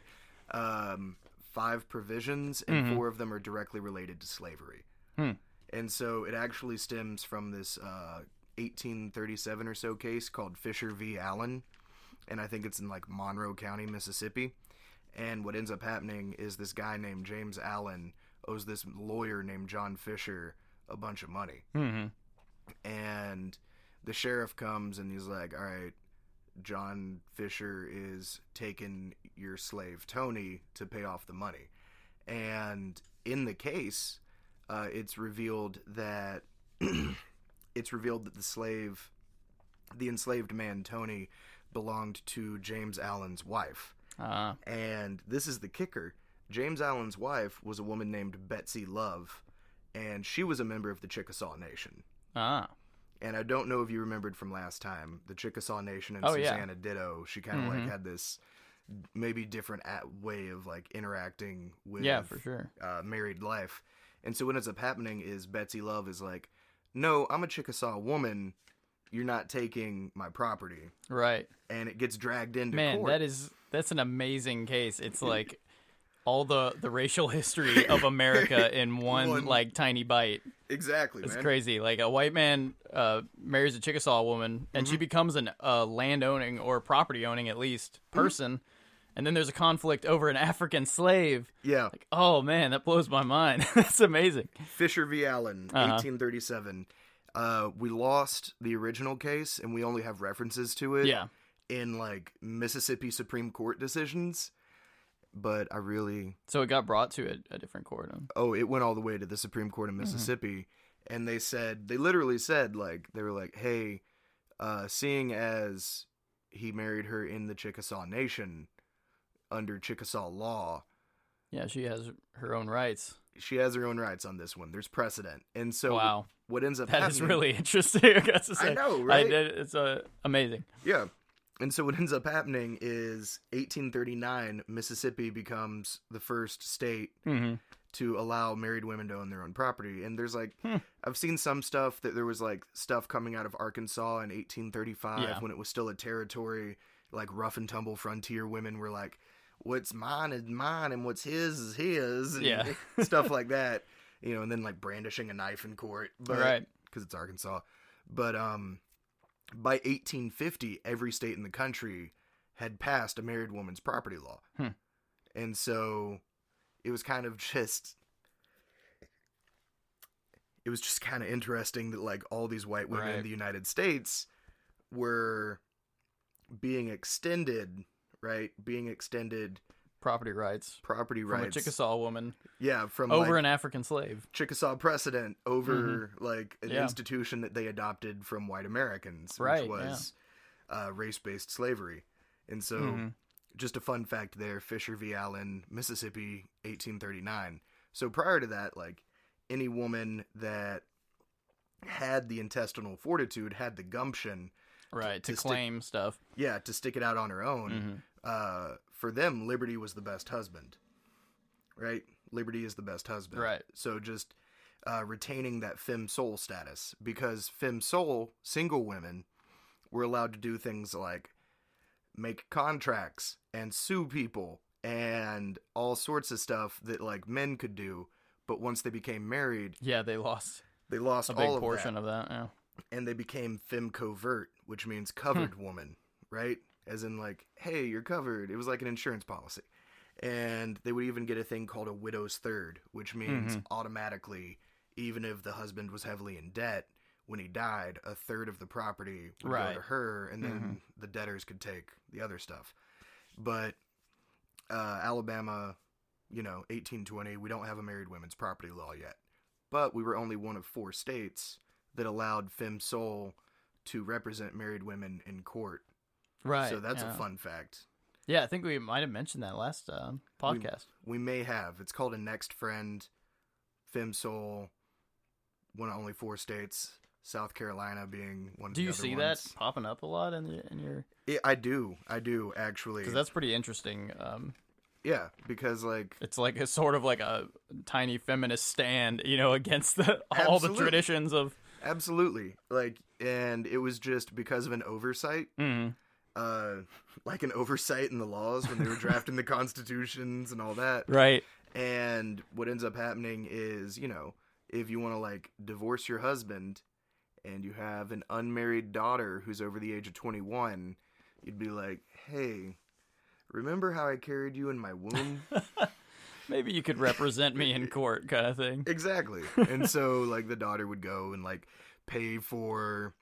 [SPEAKER 2] um, five provisions and four of them are directly related to slavery
[SPEAKER 1] Hmm.
[SPEAKER 2] and so it actually stems from this uh, 1837 or so case called fisher v allen and i think it's in like monroe county mississippi and what ends up happening is this guy named james allen owes this lawyer named john fisher a bunch of money
[SPEAKER 1] Mm-hmm.
[SPEAKER 2] and the sheriff comes and he's like, "All right, John Fisher is taking your slave Tony to pay off the money." And in the case, uh, it's revealed that <clears throat> it's revealed that the slave, the enslaved man Tony, belonged to James Allen's wife.
[SPEAKER 1] Uh,
[SPEAKER 2] And this is the kicker. James Allen's wife was a woman named Betsy Love, and she was a member of the Chickasaw Nation.
[SPEAKER 1] ah.
[SPEAKER 2] And I don't know if you remembered from last time, the Chickasaw Nation and
[SPEAKER 1] Oh, yeah. Mm-hmm.
[SPEAKER 2] Susanna Ditto. She kind of like had this maybe different at, way of like interacting with
[SPEAKER 1] Yeah, for sure.
[SPEAKER 2] uh, married life. And so what ends up happening is Betsy Love is like, "No, I'm a Chickasaw woman. You're not taking my property."
[SPEAKER 1] Right.
[SPEAKER 2] And it gets dragged into
[SPEAKER 1] Man,
[SPEAKER 2] court.
[SPEAKER 1] that is that's an amazing case. It's like all the the racial history
[SPEAKER 2] <laughs>
[SPEAKER 1] of America in one,
[SPEAKER 2] One.
[SPEAKER 1] like tiny bite.
[SPEAKER 2] exactly,
[SPEAKER 1] It's
[SPEAKER 2] man.
[SPEAKER 1] crazy. Like a white man uh, marries a Chickasaw woman, and
[SPEAKER 2] Mm-hmm.
[SPEAKER 1] she becomes an uh, land owning or property owning at least
[SPEAKER 2] Mm-hmm.
[SPEAKER 1] person, and then there's a conflict over an African slave.
[SPEAKER 2] Yeah.
[SPEAKER 1] Oh man, that blows my mind. <laughs> that's amazing.
[SPEAKER 2] Fisher v. Allen,
[SPEAKER 1] Uh-huh.
[SPEAKER 2] 1837. Uh, we lost the original case and we only have references to it.
[SPEAKER 1] Yeah.
[SPEAKER 2] in like Mississippi Supreme Court decisions, but I really
[SPEAKER 1] So it got brought to a, a different court. um,
[SPEAKER 2] oh, it went all the way to the Supreme Court of
[SPEAKER 1] Mm-hmm.
[SPEAKER 2] Mississippi and they said they literally said like they were like, "Hey, uh seeing as he married her in the Chickasaw Nation under Chickasaw law,
[SPEAKER 1] Yeah, she has her own rights.
[SPEAKER 2] she has her own rights on this one. There's precedent." And so
[SPEAKER 1] Wow.
[SPEAKER 2] what ends up
[SPEAKER 1] That <laughs>
[SPEAKER 2] happening
[SPEAKER 1] is really interesting. I got to
[SPEAKER 2] I
[SPEAKER 1] say,
[SPEAKER 2] know, right?
[SPEAKER 1] did- it's uh, amazing.
[SPEAKER 2] Yeah. And so what ends up happening is 1839 Mississippi becomes the first state
[SPEAKER 1] hmm
[SPEAKER 2] to allow married women to own their own property. And there's like,
[SPEAKER 1] Hmm.
[SPEAKER 2] I've seen some stuff that there was like stuff coming out of Arkansas in 1835
[SPEAKER 1] Yeah.
[SPEAKER 2] when it was still a territory. Like rough and tumble frontier women were like, what's mine is mine and what's his is his. And
[SPEAKER 1] Yeah.
[SPEAKER 2] <laughs> stuff like that. You know, and then like brandishing a knife in court. But,
[SPEAKER 1] Right.
[SPEAKER 2] Because it's Arkansas. But um, by 1850, every state in the country had passed a married woman's property law.
[SPEAKER 1] Hmm.
[SPEAKER 2] And so it was kind of just it was just kind of interesting that like all these white women
[SPEAKER 1] Right.
[SPEAKER 2] in the United States were being extended, right? Being extended
[SPEAKER 1] Property rights
[SPEAKER 2] property
[SPEAKER 1] from a
[SPEAKER 2] rights.
[SPEAKER 1] Chickasaw woman
[SPEAKER 2] yeah, from
[SPEAKER 1] over
[SPEAKER 2] like,
[SPEAKER 1] an African slave.
[SPEAKER 2] Chickasaw precedent over like an
[SPEAKER 1] Yeah.
[SPEAKER 2] institution that they adopted from white Americans,
[SPEAKER 1] Right, yeah.
[SPEAKER 2] which was uh, race-based slavery. And so,
[SPEAKER 1] Mhm.
[SPEAKER 2] just a fun fact there: Fisher v. Allen, Mississippi, 1839. So prior to that, like any woman that had the intestinal fortitude, had the gumption,
[SPEAKER 1] Right to
[SPEAKER 2] to stick-
[SPEAKER 1] claim stuff.
[SPEAKER 2] yeah, to stick it out on her own.
[SPEAKER 1] Mhm.
[SPEAKER 2] Uh, for them, liberty was the best husband, right? Liberty is the best husband,
[SPEAKER 1] Right.
[SPEAKER 2] So just uh, retaining that femme soul status because femme soul single women were allowed to do things like make contracts and sue people and all sorts of stuff that like men could do. But once they became married,
[SPEAKER 1] Yeah, they lost
[SPEAKER 2] they lost
[SPEAKER 1] a big
[SPEAKER 2] all of
[SPEAKER 1] portion
[SPEAKER 2] that,
[SPEAKER 1] of that. Yeah.
[SPEAKER 2] and they became femme covert, which means covered woman, right? As in like, hey, you're covered. It was like an insurance policy. And they would even get a thing called a widow's third, which means automatically, even if the husband was heavily in debt, when he died, a third of the property would go
[SPEAKER 1] Right.
[SPEAKER 2] to her, and then
[SPEAKER 1] Mm-hmm.
[SPEAKER 2] the debtors could take the other stuff. But uh, Alabama, you know, 1820, we don't have a married women's property law yet. But we were only one of four states that allowed femme sol to represent married women in court.
[SPEAKER 1] Right.
[SPEAKER 2] so that's
[SPEAKER 1] yeah.
[SPEAKER 2] a fun fact.
[SPEAKER 1] Yeah, I think we might have mentioned that last uh, podcast.
[SPEAKER 2] We may have. It's called a next friend, femme sol, one of only four states, South Carolina being one of
[SPEAKER 1] Do
[SPEAKER 2] the
[SPEAKER 1] you
[SPEAKER 2] other
[SPEAKER 1] see
[SPEAKER 2] ones.
[SPEAKER 1] that popping up a lot in, the, in your?
[SPEAKER 2] It, I do. I do, actually.
[SPEAKER 1] Because that's pretty interesting. Um,
[SPEAKER 2] yeah, because, like,
[SPEAKER 1] it's like a sort of like a tiny feminist stand, you know, <laughs> against the, all the
[SPEAKER 2] Absolutely.
[SPEAKER 1] traditions of.
[SPEAKER 2] absolutely. Like, and it was just because of an oversight
[SPEAKER 1] Mm,
[SPEAKER 2] uh, like an oversight in the laws when they were drafting the constitutions and all that.
[SPEAKER 1] right.
[SPEAKER 2] And what ends up happening is, you know, if you want to like divorce your husband and you have an unmarried daughter who's over the age of 21, you'd be like, hey, remember how I carried you in my womb?
[SPEAKER 1] Maybe you could represent me in court, kind of thing.
[SPEAKER 2] exactly. And so, like, the daughter would go and like pay for.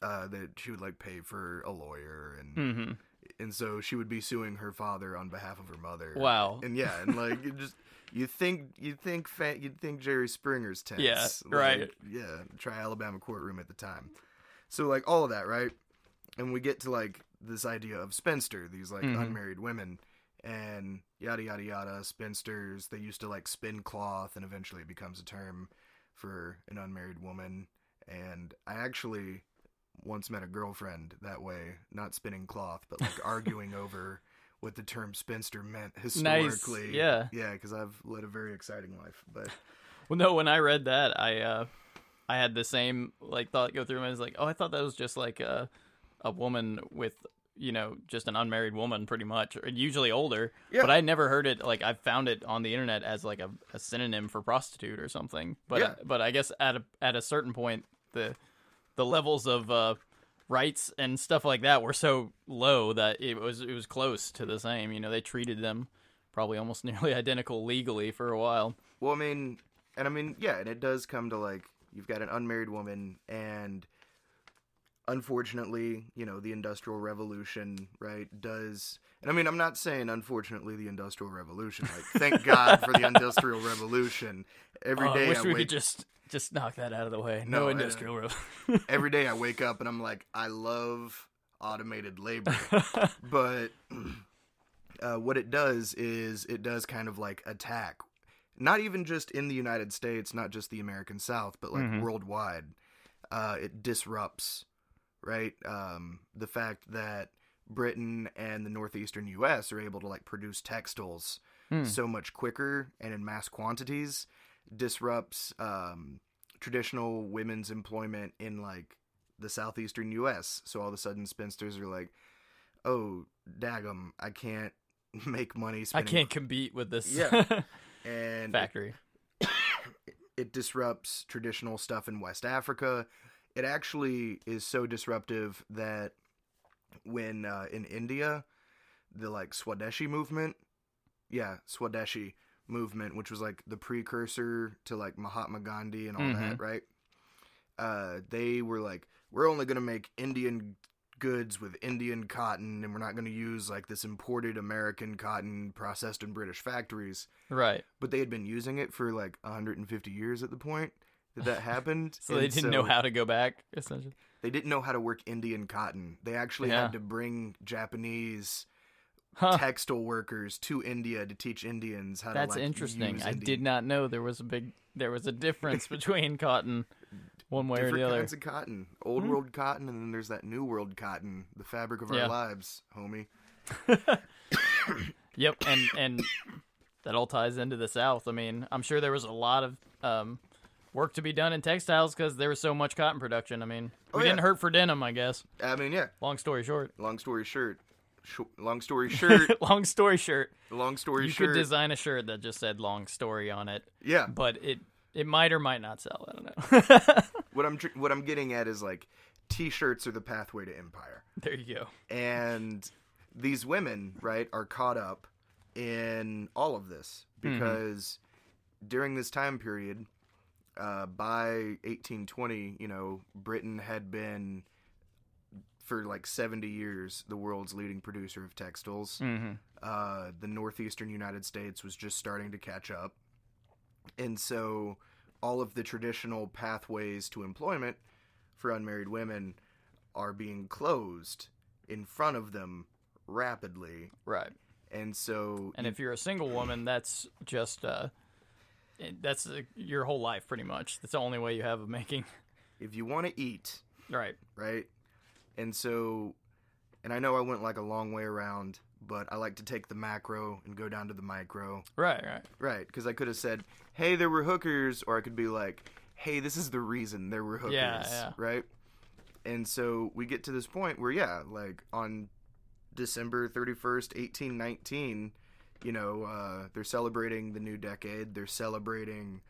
[SPEAKER 2] Uh, that she would like pay for a lawyer, and
[SPEAKER 1] hmm
[SPEAKER 2] and so she would be suing her father on behalf of her mother.
[SPEAKER 1] Wow.
[SPEAKER 2] and yeah, and like you just you think you think fa- you think Jerry Springer's tense.
[SPEAKER 1] Yeah,
[SPEAKER 2] Like,
[SPEAKER 1] right.
[SPEAKER 2] Yeah, try Alabama courtroom at the time. So like all of that, right? And we get to like this idea of spinster, these like
[SPEAKER 1] Mhm.
[SPEAKER 2] unmarried women, and yada yada yada. Spinsters. They used to like spin cloth, and eventually it becomes a term for an unmarried woman. And I actually once met a girlfriend that way, not spinning cloth, but like
[SPEAKER 1] <laughs>
[SPEAKER 2] arguing over what the term spinster meant historically.
[SPEAKER 1] yeah.
[SPEAKER 2] Yeah, because I've led a very exciting life. But
[SPEAKER 1] Well, no, when I read that, I uh, I had the same like thought go through my. I was like, oh, I thought that was just like a a woman with you know just an unmarried woman, pretty much, and usually older.
[SPEAKER 2] Yeah.
[SPEAKER 1] But I never heard it. Like I found it on the internet as like a, a synonym for prostitute or something. But uh,
[SPEAKER 2] Yeah.
[SPEAKER 1] but I guess at a at a certain point the the levels of uh, rights and stuff like that were so low that it was it was close to the same. You know, they treated them probably almost <laughs> nearly identical legally for a while.
[SPEAKER 2] well, I mean, and I mean, yeah, and it does come to like you've got an unmarried woman, and unfortunately, you know, the Industrial Revolution, right, does. And I mean, I'm not saying unfortunately the Industrial Revolution. Like, thank God for
[SPEAKER 1] <laughs>
[SPEAKER 2] the Industrial Revolution. Every
[SPEAKER 1] Oh,
[SPEAKER 2] day
[SPEAKER 1] I wish
[SPEAKER 2] I
[SPEAKER 1] we
[SPEAKER 2] wake
[SPEAKER 1] could just just knock that out of the way.
[SPEAKER 2] No,
[SPEAKER 1] No,
[SPEAKER 2] I don't.
[SPEAKER 1] industrial rev
[SPEAKER 2] every day I wake up and I'm like, I love automated labor. but <clears throat> uh, what it does is it does kind of like attack, not even just in the United States, not just the American South, but like
[SPEAKER 1] Mm-hmm.
[SPEAKER 2] worldwide. Uh, it disrupts, right? Um, the fact that Britain and the northeastern U.S. are able to like produce textiles
[SPEAKER 1] Hmm.
[SPEAKER 2] so much quicker and in mass quantities disrupts um, traditional women's employment in like the southeastern U.S. So all of a sudden, spinsters are like, "Oh, daggum, I can't <laughs> make money.
[SPEAKER 1] I
[SPEAKER 2] Spinning.
[SPEAKER 1] can't compete with this <laughs>
[SPEAKER 2] Yeah. And it
[SPEAKER 1] factory.
[SPEAKER 2] it disrupts traditional stuff in West Africa. It actually is so disruptive that when uh, in India, the like Swadeshi movement, yeah, Swadeshi movement, which was like the precursor to like Mahatma Gandhi and all that, right? Uh, they were like, we're only gonna make Indian goods with Indian cotton, and we're not gonna use like this imported American cotton processed in British factories
[SPEAKER 1] Right.
[SPEAKER 2] but they had been using it for like 150 years at the point
[SPEAKER 1] <laughs>
[SPEAKER 2] that that happened.
[SPEAKER 1] So they
[SPEAKER 2] and
[SPEAKER 1] didn't know how to go back, essentially.
[SPEAKER 2] they didn't know how to work Indian cotton. They actually
[SPEAKER 1] Yeah.
[SPEAKER 2] had to bring Japanese
[SPEAKER 1] Huh.
[SPEAKER 2] textile workers to India to teach Indians how
[SPEAKER 1] That's
[SPEAKER 2] to. like,
[SPEAKER 1] interesting.
[SPEAKER 2] use
[SPEAKER 1] I
[SPEAKER 2] Indian-
[SPEAKER 1] did not know there was a big there was a
[SPEAKER 2] <laughs>
[SPEAKER 1] difference between cotton one way or
[SPEAKER 2] Different
[SPEAKER 1] the other. Hmm.
[SPEAKER 2] kinds of cotton, old world cotton, and then there's that new world cotton, the fabric of
[SPEAKER 1] Yeah.
[SPEAKER 2] our lives, homie.
[SPEAKER 1] Yep, and and that all ties into the South. I mean, I'm sure there was a lot of um, work to be done in textiles because there was so much cotton production. I mean, we
[SPEAKER 2] Oh, yeah.
[SPEAKER 1] didn't hurt for denim, I guess.
[SPEAKER 2] I mean, yeah.
[SPEAKER 1] Long story short, <laughs>
[SPEAKER 2] Long story short, sh- long story short,
[SPEAKER 1] long story short,
[SPEAKER 2] long story
[SPEAKER 1] you
[SPEAKER 2] short.
[SPEAKER 1] could design a shirt that just said "long story" on it,
[SPEAKER 2] yeah,
[SPEAKER 1] but it it might or might not sell. I don't know. <laughs>
[SPEAKER 2] what I'm tr- what I'm getting at is like, t-shirts are the pathway to empire.
[SPEAKER 1] there you go.
[SPEAKER 2] and these women right are caught up in all of this because during this time period uh, by 1820 you know britain had been for like 70 years the world's leading producer of textiles
[SPEAKER 1] Mhm.
[SPEAKER 2] uh, the northeastern united states was just starting to catch up and so all of the traditional pathways to employment for unmarried women are being closed in front of them rapidly.
[SPEAKER 1] Right.
[SPEAKER 2] And so,
[SPEAKER 1] And if you're a single woman, that's just uh, it- that's uh, your whole life pretty much. That's the only way you have of making. <laughs>
[SPEAKER 2] if you want to eat,
[SPEAKER 1] Right.
[SPEAKER 2] right? And so, and I know I went like a long way around, but I like to take the macro and go down to the micro,
[SPEAKER 1] Right. Right.
[SPEAKER 2] right? Because I could have said, hey, there were hookers, or I could be like, hey, this is the reason there were hookers,
[SPEAKER 1] Yeah, yeah.
[SPEAKER 2] right? And so we get to this point where, yeah, like on December 31st, 1819, you know, uh, they're celebrating the new decade. They're celebrating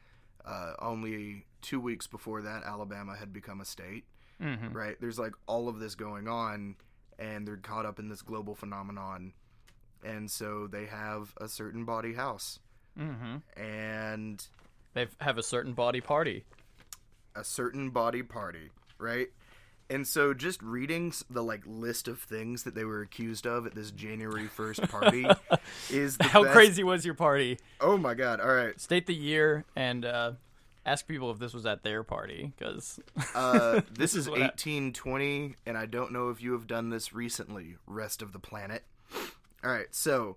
[SPEAKER 2] uh, only two weeks before that, Alabama had become a state,
[SPEAKER 1] hmm
[SPEAKER 2] right? There's like all of this going on, and they're caught up in this global phenomenon. And so they have a certain body house
[SPEAKER 1] hmm
[SPEAKER 2] and
[SPEAKER 1] They have a certain body party.
[SPEAKER 2] a certain body party, right? And so just reading s- the like list of things that they were accused of at this January
[SPEAKER 1] <laughs>
[SPEAKER 2] 1st party is the
[SPEAKER 1] How
[SPEAKER 2] best-
[SPEAKER 1] crazy was your party?
[SPEAKER 2] Oh my god. All right.
[SPEAKER 1] State the year and uh, ask people if this was at their party, because
[SPEAKER 2] Uh, this is
[SPEAKER 1] what I-
[SPEAKER 2] 1820, and I don't know if you have done this recently, rest of the planet. All right, so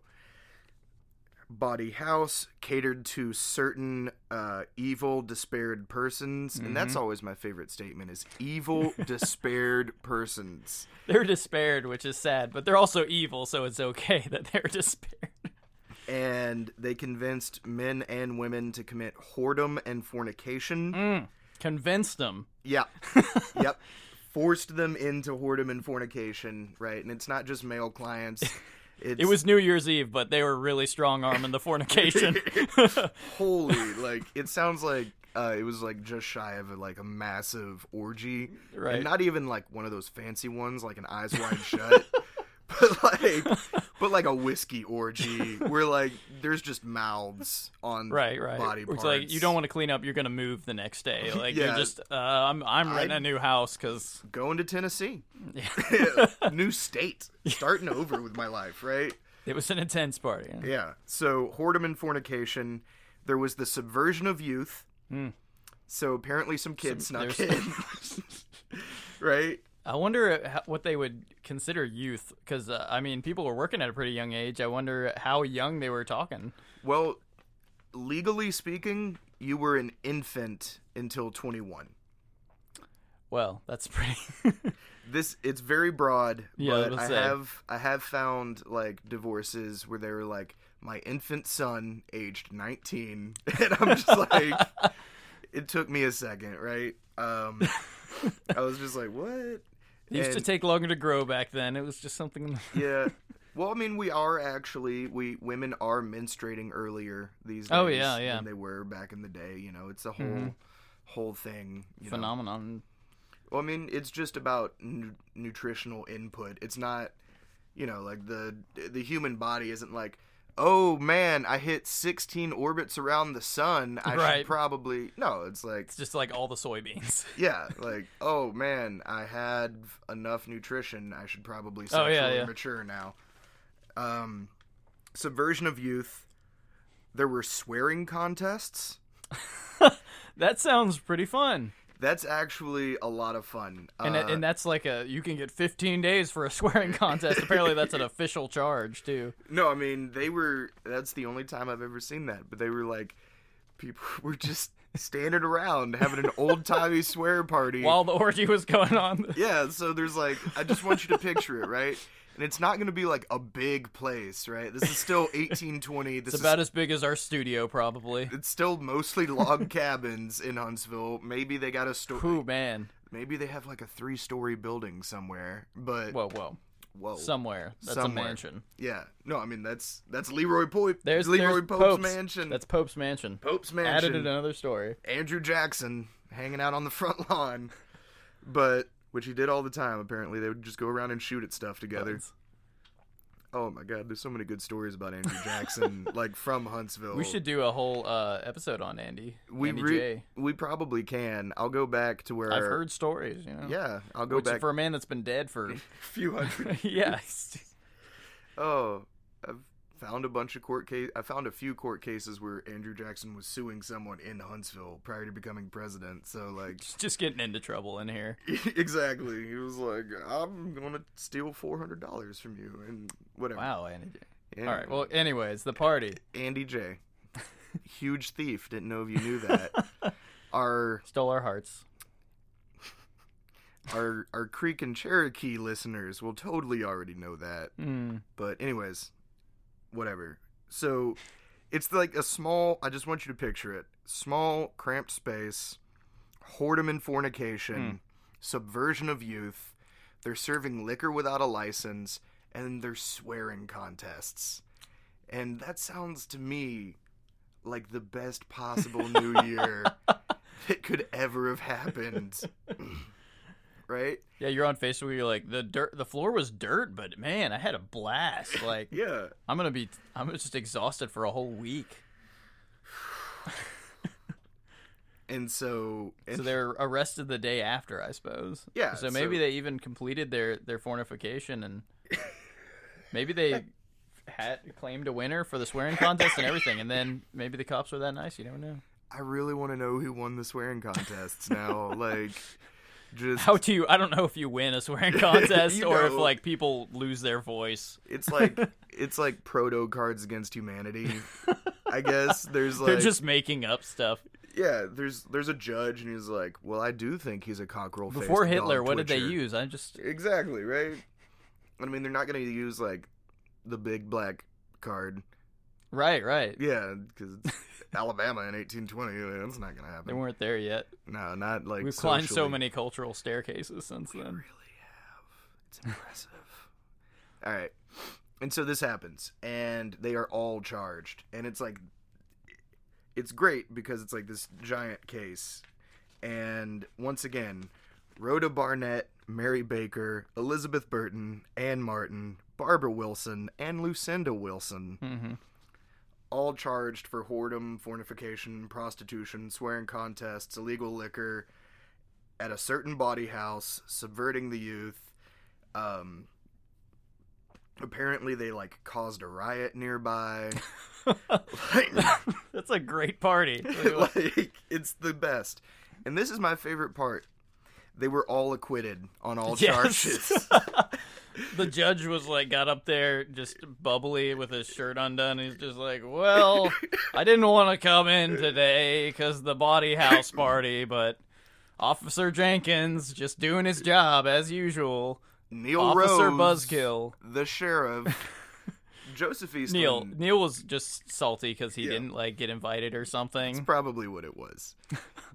[SPEAKER 2] Body House catered to certain uh, evil, despaired persons, and
[SPEAKER 1] Mm-hmm.
[SPEAKER 2] that's always my favorite statement: is evil, <laughs> despaired persons.
[SPEAKER 1] <laughs> they're despaired, which is sad, but they're also evil, so it's okay <laughs> that they're despaired.
[SPEAKER 2] And they convinced men and women to commit whoredom and fornication.
[SPEAKER 1] Mm. Convinced them. <laughs>
[SPEAKER 2] Yeah. yep. Forced them into whoredom and fornication, right? And it's not just male clients. It's
[SPEAKER 1] <laughs> It was New Year's Eve, but they were really strong arming the fornication. <laughs>
[SPEAKER 2] holy like it sounds like uh, it was like just shy of like a massive orgy
[SPEAKER 1] Right.
[SPEAKER 2] and not even like one of those fancy ones like an eyes
[SPEAKER 1] <laughs>
[SPEAKER 2] wide shut but like but like a
[SPEAKER 1] <laughs>
[SPEAKER 2] whiskey orgy where like there's just mouths
[SPEAKER 1] <laughs>
[SPEAKER 2] on
[SPEAKER 1] right, right.
[SPEAKER 2] body
[SPEAKER 1] it's
[SPEAKER 2] parts
[SPEAKER 1] like you don't want to clean up; you're gonna move the next <laughs> day. Like
[SPEAKER 2] Yeah.
[SPEAKER 1] you're just, uh, I'm, I'm renting a new house because
[SPEAKER 2] going to tennessee <laughs> new state starting over with my life right
[SPEAKER 1] it was an intense party. yeah.
[SPEAKER 2] Yeah. So whoredom and fornication. There was the subversion of youth. So apparently some kids snuck
[SPEAKER 1] there's-
[SPEAKER 2] in. <laughs> right?
[SPEAKER 1] I wonder how, what they would consider youth, because uh, I mean, people were working at a pretty young age. I wonder how young they were talking.
[SPEAKER 2] Well, legally speaking, you were an infant until 21.
[SPEAKER 1] Well, that's pretty. <laughs>
[SPEAKER 2] this it's very broad
[SPEAKER 1] Yeah, I was
[SPEAKER 2] but
[SPEAKER 1] gonna
[SPEAKER 2] i
[SPEAKER 1] say.
[SPEAKER 2] have i have found like divorces where they were like my infant son aged 19 <laughs> and i'm just like
[SPEAKER 1] <laughs>
[SPEAKER 2] it took me a second right um i was just like what
[SPEAKER 1] It used to
[SPEAKER 2] And-
[SPEAKER 1] take longer to grow back then. It was just something. <laughs>
[SPEAKER 2] yeah well i mean we are actually we women are menstruating earlier these days
[SPEAKER 1] Oh, yeah, yeah. Mm-hmm.
[SPEAKER 2] than they were back in the day you know it's a whole whole thing you know?
[SPEAKER 1] phenomenon.
[SPEAKER 2] Well, I mean, it's just about nu- nutritional input. It's not, you know, like the the human body isn't like, oh man, I hit 16 orbits around the sun. I
[SPEAKER 1] Right.
[SPEAKER 2] should probably no. It's like,
[SPEAKER 1] It's just like all the soybeans. <laughs>
[SPEAKER 2] yeah, like oh man, I had enough nutrition. I should probably
[SPEAKER 1] Oh, yeah,
[SPEAKER 2] sexually
[SPEAKER 1] yeah.
[SPEAKER 2] mature now. Um, subversion of youth. There were swearing contests.
[SPEAKER 1] that sounds pretty fun.
[SPEAKER 2] That's actually a lot of fun.
[SPEAKER 1] And,
[SPEAKER 2] uh,
[SPEAKER 1] and that's like a you can get 15 days for a <laughs> swearing contest. Apparently, that's
[SPEAKER 2] <laughs>
[SPEAKER 1] an official charge too.
[SPEAKER 2] No, I mean they were. That's the only time I've ever seen that. But they were like, people <laughs> were just standing around having an old timey swear party.
[SPEAKER 1] While the orgy was going
[SPEAKER 2] <laughs>
[SPEAKER 1] on,
[SPEAKER 2] yeah, so there's like, I just want you to picture it, right? And it's not going to be like a big place, right? This is still 1820.
[SPEAKER 1] it's
[SPEAKER 2] This is
[SPEAKER 1] about as big as our studio probably.
[SPEAKER 2] it's still mostly log cabins in Huntsville. Maybe they got a store.
[SPEAKER 1] Ooh man,
[SPEAKER 2] Maybe they have like a three story building somewhere. But
[SPEAKER 1] whoa whoa,
[SPEAKER 2] whoa,
[SPEAKER 1] somewhere that's
[SPEAKER 2] Somewhere.
[SPEAKER 1] a mansion.
[SPEAKER 2] yeah, no, I mean that's that's Leroy Pope.
[SPEAKER 1] There's
[SPEAKER 2] Leroy
[SPEAKER 1] there's
[SPEAKER 2] Pope's, mansion.
[SPEAKER 1] That's Pope's mansion.
[SPEAKER 2] Pope's mansion.
[SPEAKER 1] Added in another story.
[SPEAKER 2] Andrew Jackson hanging out on the front <laughs> lawn, but which he did all the time. Apparently, they would just go around and shoot at stuff together. Oh my God, there's so many good stories about Andrew
[SPEAKER 1] <laughs>
[SPEAKER 2] Jackson, like from Huntsville.
[SPEAKER 1] We should do a whole uh, episode on Andy.
[SPEAKER 2] Oh. We
[SPEAKER 1] Andy
[SPEAKER 2] re-
[SPEAKER 1] J.
[SPEAKER 2] we probably can. I'll go back to where.
[SPEAKER 1] I've heard stories. You know,
[SPEAKER 2] Yeah, I'll go
[SPEAKER 1] Which
[SPEAKER 2] back
[SPEAKER 1] for a man that's been dead
[SPEAKER 2] <laughs>
[SPEAKER 1] for <laughs>
[SPEAKER 2] a few hundred.
[SPEAKER 1] yeah, it's-
[SPEAKER 2] Oh, I've found a bunch of court case. I found a few court cases where Andrew Jackson was suing someone in Huntsville prior to becoming president. So like.
[SPEAKER 1] just getting into trouble in here.
[SPEAKER 2] <laughs> exactly. He was like, "I'm gonna steal four hundred dollars from you," and whatever.
[SPEAKER 1] Wow, Andy J.
[SPEAKER 2] And
[SPEAKER 1] All right. Well, anyways, the party <laughs>
[SPEAKER 2] Andy J, huge thief. Didn't know if you knew that. our
[SPEAKER 1] stole our hearts.
[SPEAKER 2] our our Creek and Cherokee listeners will totally already know that.
[SPEAKER 1] Mm.
[SPEAKER 2] But anyways, whatever. So it's like a small. I just want you to picture it: small, cramped space, whoredom and fornication, subversion of youth. They're serving liquor without a license, and they're swearing contests. And that sounds to me like the best possible New Year that could ever have happened. right?
[SPEAKER 1] Yeah, you're on Facebook. You're like the dirt. The floor was dirt, but man, I had a blast. Like
[SPEAKER 2] Yeah.
[SPEAKER 1] I'm gonna be. I'm just exhausted for a whole week.
[SPEAKER 2] And so, and
[SPEAKER 1] So they're arrested the day after, I suppose.
[SPEAKER 2] Yeah,
[SPEAKER 1] So maybe
[SPEAKER 2] so-
[SPEAKER 1] they even completed their their fornication and maybe they had claimed a winner for the swearing contest and everything, and then maybe the cops were that nice. You never know.
[SPEAKER 2] I really want to know who won the swearing
[SPEAKER 1] <laughs>
[SPEAKER 2] contests now. like, just
[SPEAKER 1] How do you? I don't know if you win a swearing contest
[SPEAKER 2] You
[SPEAKER 1] or if
[SPEAKER 2] know.
[SPEAKER 1] like people lose their voice. <laughs>
[SPEAKER 2] it's like it's like proto Cards Against Humanity.
[SPEAKER 1] <laughs>
[SPEAKER 2] I guess there's like
[SPEAKER 1] They're just making up stuff.
[SPEAKER 2] yeah, there's there's a judge and he's like, well, I do think he's a cockerel.
[SPEAKER 1] Before Hitler, what did they use? I just
[SPEAKER 2] Exactly right. I mean, they're not going to use like the big black card.
[SPEAKER 1] right, right.
[SPEAKER 2] Yeah, because
[SPEAKER 1] <laughs>
[SPEAKER 2] it's Alabama in 1820. That's not going to happen.
[SPEAKER 1] They weren't there yet.
[SPEAKER 2] No, not like
[SPEAKER 1] We've climbed so
[SPEAKER 2] socially.
[SPEAKER 1] many cultural staircases since then. <laughs>
[SPEAKER 2] It's impressive. all right. And so this happens, and they are all charged. And it's like, it's great because it's like this giant case. And once again, Rhoda Barnett, Mary Baker, Elizabeth Burton, Ann Martin, Barbara Wilson, and Lucinda Wilson,
[SPEAKER 1] hmm
[SPEAKER 2] all charged for whoredom, fornication, prostitution, swearing contests, illegal liquor, at a certain body house, subverting the youth. Um, apparently, they like caused a
[SPEAKER 1] <laughs>
[SPEAKER 2] riot nearby. like,
[SPEAKER 1] That's a great party.
[SPEAKER 2] <laughs>
[SPEAKER 1] <laughs>
[SPEAKER 2] like, it's the best. And this is my favorite part. They were all acquitted on all charges.
[SPEAKER 1] <laughs> the judge was like, got up there just bubbly with his shirt undone. He's just like,
[SPEAKER 2] <laughs>
[SPEAKER 1] well, I didn't want to come in today because the body house party, but Officer Jenkins just doing his job as usual.
[SPEAKER 2] Neil
[SPEAKER 1] Officer
[SPEAKER 2] Rose,
[SPEAKER 1] Buzzkill. <laughs>
[SPEAKER 2] the sheriff, Joseph Eastman.
[SPEAKER 1] Neil Neil was just salty because he
[SPEAKER 2] Yeah.
[SPEAKER 1] didn't like get invited or something.
[SPEAKER 2] probably what it
[SPEAKER 1] <laughs>
[SPEAKER 2] was.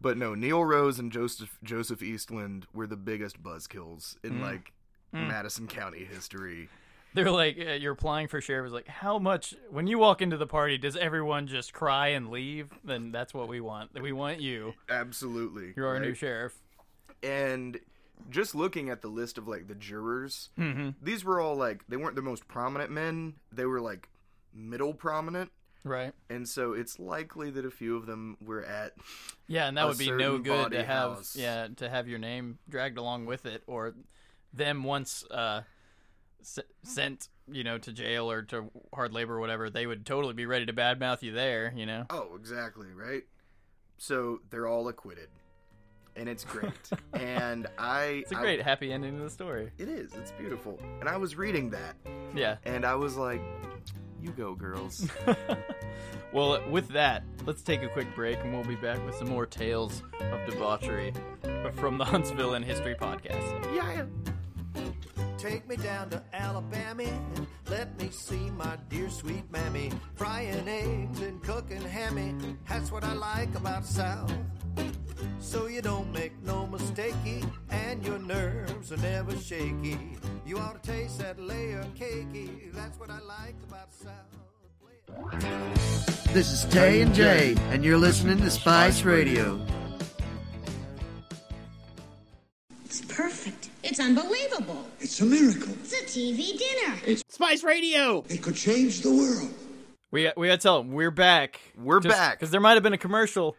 [SPEAKER 2] But no, Neil Rose and Joseph Joseph Eastland were the biggest buzzkills in
[SPEAKER 1] Mm.
[SPEAKER 2] like Madison County history.
[SPEAKER 1] They're like, uh, you're applying for sheriff. Is like, how much when you walk into the party, does everyone just cry and leave? Then that's what we want. We want you.
[SPEAKER 2] Absolutely.
[SPEAKER 1] You're our new
[SPEAKER 2] right?
[SPEAKER 1] sheriff.
[SPEAKER 2] and just looking at the list of like the jurors,
[SPEAKER 1] Mhm.
[SPEAKER 2] these were all like they weren't the most prominent men. They were like middle prominent,
[SPEAKER 1] Right.
[SPEAKER 2] and so it's likely that a few of them were at
[SPEAKER 1] Yeah, and that
[SPEAKER 2] a
[SPEAKER 1] would be no
[SPEAKER 2] certain
[SPEAKER 1] good
[SPEAKER 2] body
[SPEAKER 1] to have
[SPEAKER 2] house.
[SPEAKER 1] yeah, to have your name dragged along with it or them once uh s- sent, you know, to jail or to hard labor or whatever, they would totally be ready to badmouth you there, you know.
[SPEAKER 2] Oh, exactly, right? So they're all acquitted. And it's great.
[SPEAKER 1] <laughs>
[SPEAKER 2] and I
[SPEAKER 1] It's a
[SPEAKER 2] I-
[SPEAKER 1] great happy ending to the story.
[SPEAKER 2] it is. It's beautiful. And I was reading that
[SPEAKER 1] Yeah.
[SPEAKER 2] and I was like, you go
[SPEAKER 1] <laughs>
[SPEAKER 2] girls.
[SPEAKER 1] Well, with that, let's take a quick break and we'll be back with some more tales of debauchery from the Huntsville and History podcast.
[SPEAKER 2] yeah.
[SPEAKER 3] Take me down to Alabama and let me see my dear sweet mammy. Frying eggs and cooking hammy, that's what I like about South. So you don't make no mistakey, and your nerves are never shaky. You ought to taste that layer cakey, that's what I like about South.
[SPEAKER 4] This is Tay and Jay, and you're listening to Spice Radio.
[SPEAKER 5] It's perfect.
[SPEAKER 6] It's unbelievable.
[SPEAKER 7] It's a miracle.
[SPEAKER 6] It's a TV dinner.
[SPEAKER 7] It could change the world.
[SPEAKER 1] We we gotta tell them we're back.
[SPEAKER 2] We're back.
[SPEAKER 1] because there might have been a commercial.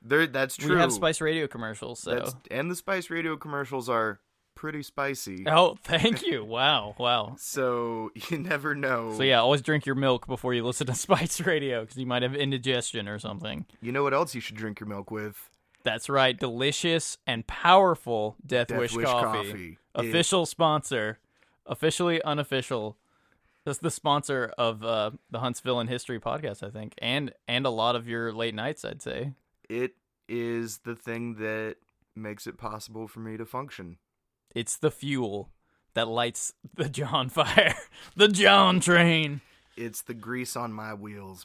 [SPEAKER 2] There that's true.
[SPEAKER 1] We have Spice Radio commercials, so
[SPEAKER 2] That's, and the Spice Radio commercials are pretty spicy.
[SPEAKER 1] <laughs> Oh, thank you. Wow, wow.
[SPEAKER 2] So <laughs> you never know.
[SPEAKER 1] So yeah, always drink your milk before you listen to <laughs> Spice Radio because you might have indigestion or something.
[SPEAKER 2] You know what else you should drink your milk with?
[SPEAKER 1] That's right, delicious and powerful Death,
[SPEAKER 2] Death
[SPEAKER 1] Wish,
[SPEAKER 2] Wish
[SPEAKER 1] Coffee,
[SPEAKER 2] Coffee.
[SPEAKER 1] official sponsor, officially unofficial. That's the sponsor of uh, the Huntsville and History podcast, I think, and and a lot of your late nights, I'd say.
[SPEAKER 2] It is the thing that makes it possible for me to function.
[SPEAKER 1] It's the fuel that lights the John <laughs> fire, the John train.
[SPEAKER 2] It's the grease on my wheels,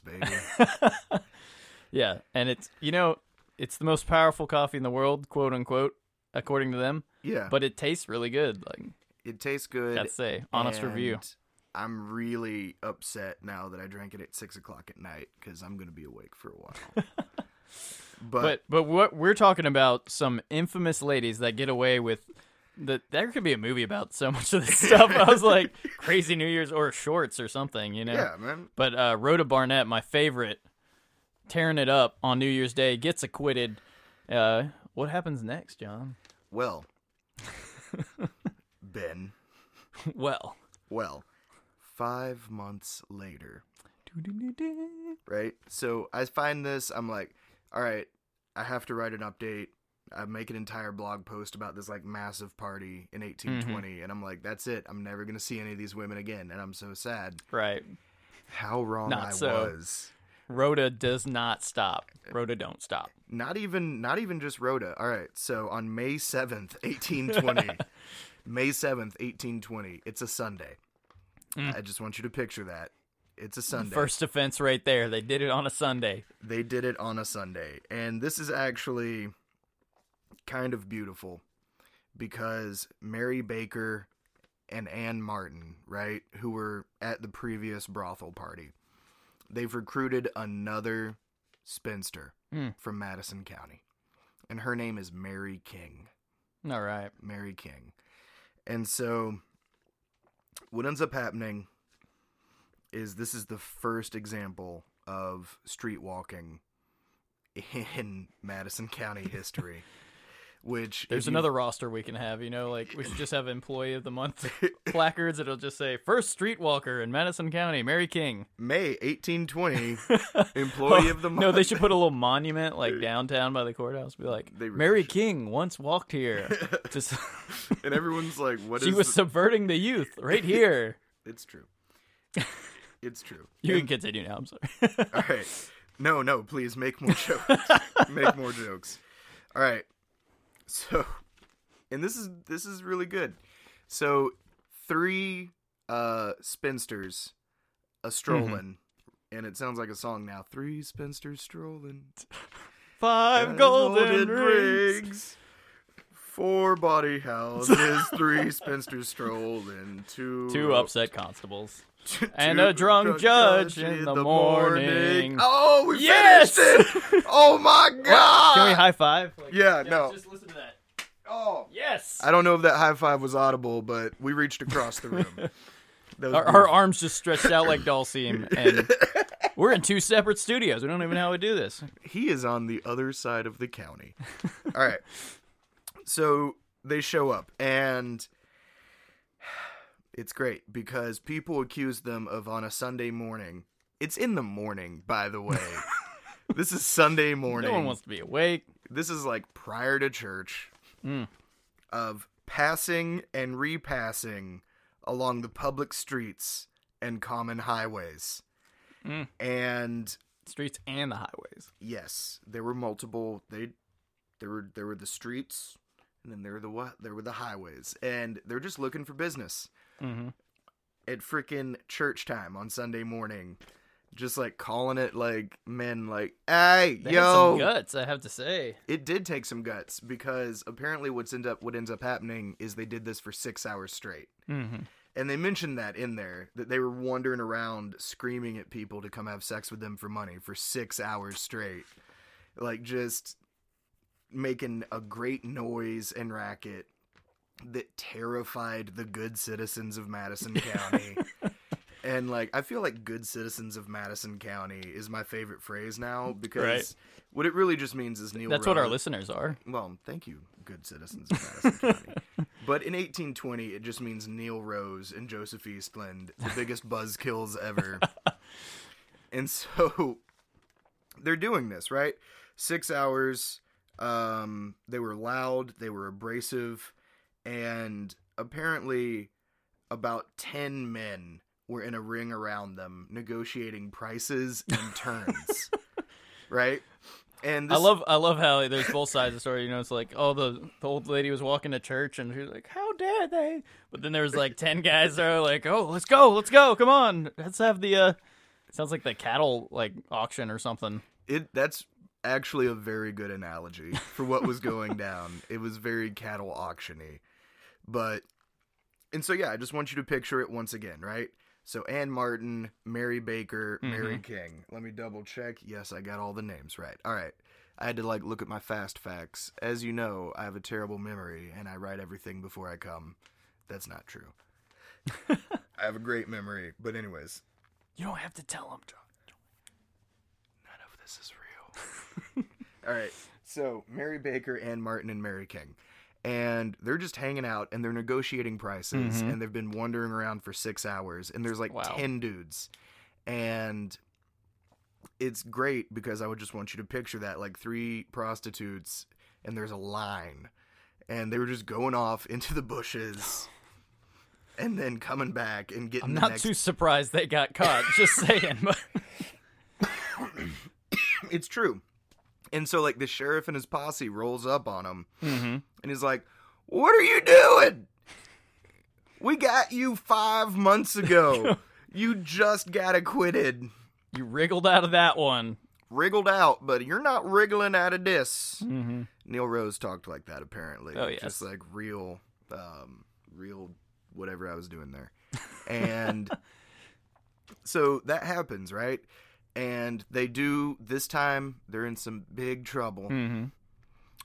[SPEAKER 1] <laughs>
[SPEAKER 2] baby.
[SPEAKER 1] Yeah, and it's you know, it's the most powerful coffee in the world, quote unquote, according to them.
[SPEAKER 2] yeah.
[SPEAKER 1] But it tastes really good. Like
[SPEAKER 2] it tastes good.
[SPEAKER 1] gotta say, honest review.
[SPEAKER 2] and I'm really upset now that I drank it at six o'clock at night because I'm going to be awake for
[SPEAKER 1] <laughs>
[SPEAKER 2] a while. but,
[SPEAKER 1] But but what we're talking about some infamous ladies that get away with that there could be a movie about so much of this stuff. I was like crazy New Year's or shorts or something, you know.
[SPEAKER 2] yeah, man,
[SPEAKER 1] But uh, Rhoda Barnett, my favorite, tearing it up on New Year's Day, gets acquitted. Uh, what happens next, John? <laughs>
[SPEAKER 2] well, Ben,
[SPEAKER 1] Well,
[SPEAKER 2] well, five months later, right? So I find this, I'm like, all right, I have to write an update. I make an entire blog post about this like massive party in 1820,
[SPEAKER 1] Mm-hmm.
[SPEAKER 2] and I'm like, that's it. I'm never going to see any of these women again, and I'm so sad.
[SPEAKER 1] <laughs> right.
[SPEAKER 2] How wrong
[SPEAKER 1] Not
[SPEAKER 2] I
[SPEAKER 1] so.
[SPEAKER 2] was.
[SPEAKER 1] Rhoda does not stop. Rhoda don't stop.
[SPEAKER 2] not even not even just Rhoda. All right, so on May seventh,
[SPEAKER 1] <laughs>
[SPEAKER 2] eighteen twenty, May seventh, eighteen twenty. It's a Sunday. I just want you to picture that. It's a Sunday.
[SPEAKER 1] Mm. First offense right there. They did it on a Sunday.
[SPEAKER 2] they did it on a Sunday, and this is actually kind of beautiful because Mary Baker and Ann Martin, right, who were at the previous brothel party, they've recruited another spinster from Madison County, and her name is Mary King.
[SPEAKER 1] All right.
[SPEAKER 2] Mary King. And so what ends up happening is this is the first example of street walking in <laughs> Madison County
[SPEAKER 1] <laughs>
[SPEAKER 2] history, which if
[SPEAKER 1] There's
[SPEAKER 2] you-
[SPEAKER 1] another roster we can have, you know, like we should just have employee of the month
[SPEAKER 2] <laughs>
[SPEAKER 1] placards. It'll just say first streetwalker in Madison County, Mary King.
[SPEAKER 2] May
[SPEAKER 1] <laughs>
[SPEAKER 2] 1820 employee of the month.
[SPEAKER 1] No, they should put a little monument like downtown by the courthouse. Be like,
[SPEAKER 2] They really
[SPEAKER 1] Mary
[SPEAKER 2] should.
[SPEAKER 1] King once walked
[SPEAKER 2] <laughs>
[SPEAKER 1] here. Just
[SPEAKER 2] and everyone's like, "What
[SPEAKER 1] <laughs>
[SPEAKER 2] is?"
[SPEAKER 1] she was
[SPEAKER 2] th-
[SPEAKER 1] subverting the youth right
[SPEAKER 2] <laughs>
[SPEAKER 1] here. <laughs>
[SPEAKER 2] It's true. It's true.
[SPEAKER 1] You can continue now. I'm sorry. <laughs>
[SPEAKER 2] All right. No, no, please make more jokes. make more jokes. All right. So, and this is this is really good. So, three uh spinsters a
[SPEAKER 1] Mm-hmm.
[SPEAKER 2] strolling, and it sounds like a song now. Three spinsters strolling,
[SPEAKER 1] Five
[SPEAKER 2] five
[SPEAKER 1] golden, rings.
[SPEAKER 2] rings, four body houses,
[SPEAKER 1] <laughs>
[SPEAKER 2] three spinsters strolling, two
[SPEAKER 1] Two upset constables.
[SPEAKER 2] <laughs> two-
[SPEAKER 1] and a drunk judge in the morning.
[SPEAKER 2] Oh, we
[SPEAKER 1] Yes!
[SPEAKER 2] finished it! Oh my
[SPEAKER 1] <laughs>
[SPEAKER 2] god!
[SPEAKER 1] Can we high five?
[SPEAKER 2] yeah, no.
[SPEAKER 1] Just listen to that.
[SPEAKER 2] Oh.
[SPEAKER 1] Yes.
[SPEAKER 2] I don't know if that high five was audible, but we reached across the <laughs> room. That was
[SPEAKER 1] Our, our arms just stretched out like Dalseem, and
[SPEAKER 2] <laughs>
[SPEAKER 1] we're in two separate studios. We don't even know how we do this.
[SPEAKER 2] he is on the other side of the <laughs> county. All right. So they show up and it's great because people accuse them of on a Sunday morning. It's in the morning, by the way. <laughs> this is Sunday morning.
[SPEAKER 1] No one wants to be awake.
[SPEAKER 2] this is like prior to church
[SPEAKER 1] Hmm.
[SPEAKER 2] of passing and repassing along the public streets and common highways.
[SPEAKER 1] Hmm.
[SPEAKER 2] And
[SPEAKER 1] Streets and the highways.
[SPEAKER 2] Yes, there were multiple. They, there were there were the streets, and then there were the what? There were the highways, and they're just looking for business.
[SPEAKER 1] Mm-hmm.
[SPEAKER 2] At freaking church time on Sunday morning, just like calling it like men, like hey
[SPEAKER 1] They had
[SPEAKER 2] yo.
[SPEAKER 1] some guts, I have to say.
[SPEAKER 2] It did take some guts because apparently what's end up what ends up happening is they did this for six hours straight.
[SPEAKER 1] Mhm.
[SPEAKER 2] And they mentioned that in there that they were wandering around screaming at people to come have sex with them for money for six hours straight, like just making a great noise and racket that terrified the good citizens of Madison County. and like I feel like good citizens of Madison County is my favorite phrase now because
[SPEAKER 1] Right.
[SPEAKER 2] what it really just means is Neil.
[SPEAKER 1] That's what our
[SPEAKER 2] Rose-
[SPEAKER 1] listeners are.
[SPEAKER 2] well, thank you, good citizens of
[SPEAKER 1] <laughs>
[SPEAKER 2] Madison County. But in 1820, it just means Neil Rose and Joseph Eastland, the
[SPEAKER 1] <laughs>
[SPEAKER 2] biggest buzzkills ever. and so they're doing this, right? Six hours. Um, they were loud, they were abrasive, and apparently about 10 men were in a ring around them negotiating prices
[SPEAKER 1] <laughs>
[SPEAKER 2] and turns. right? And
[SPEAKER 1] I
[SPEAKER 2] this,
[SPEAKER 1] love I love how there's both sides of the story. You know, it's like, oh, the, the old lady was walking to church and she was like, how dare they? But then there was like 10 guys that are like, oh, let's go, let's go, come on. Let's have the, uh, sounds like the cattle, like, auction or something.
[SPEAKER 2] it that's actually a very good analogy for what was going down. It was very cattle auctiony. But and so yeah, I just want you to picture it once again, right? So Ann Martin, Mary Baker, Mary King. Let me double check. Yes, I got all the names right. All right. I had to like look at my fast facts. As you know, I have a terrible memory and I write everything before I come. That's not true. I have a great memory, but anyways,
[SPEAKER 1] You don't have to tell them, John.
[SPEAKER 2] none of this is real. All right. So Mary Baker, Ann Martin, and Mary King. And they're just hanging out and they're negotiating prices and they've been wandering around for six hours and there's like
[SPEAKER 1] Mm-hmm. Wow.
[SPEAKER 2] ten dudes. And it's great because I would just want you to picture that like three prostitutes and there's a line. And they were just going off into the bushes
[SPEAKER 1] <sighs>
[SPEAKER 2] and then coming back and getting
[SPEAKER 1] I'm
[SPEAKER 2] the
[SPEAKER 1] not
[SPEAKER 2] next
[SPEAKER 1] too surprised they got caught.
[SPEAKER 2] <laughs>
[SPEAKER 1] Just saying. But
[SPEAKER 2] <laughs> It's true. And so, like, the sheriff and his posse rolls up on him and he's like, What are you doing? We got you five months ago. you just got acquitted.
[SPEAKER 1] you wriggled out of that one.
[SPEAKER 2] Wriggled out, but you're not wriggling out of this. Neil Rose talked like that, apparently.
[SPEAKER 1] Mm-hmm. Oh, yes.
[SPEAKER 2] Just like real, um, real whatever I was doing there. And
[SPEAKER 1] <laughs>
[SPEAKER 2] so that happens, right? And they do this time, they're in some big trouble.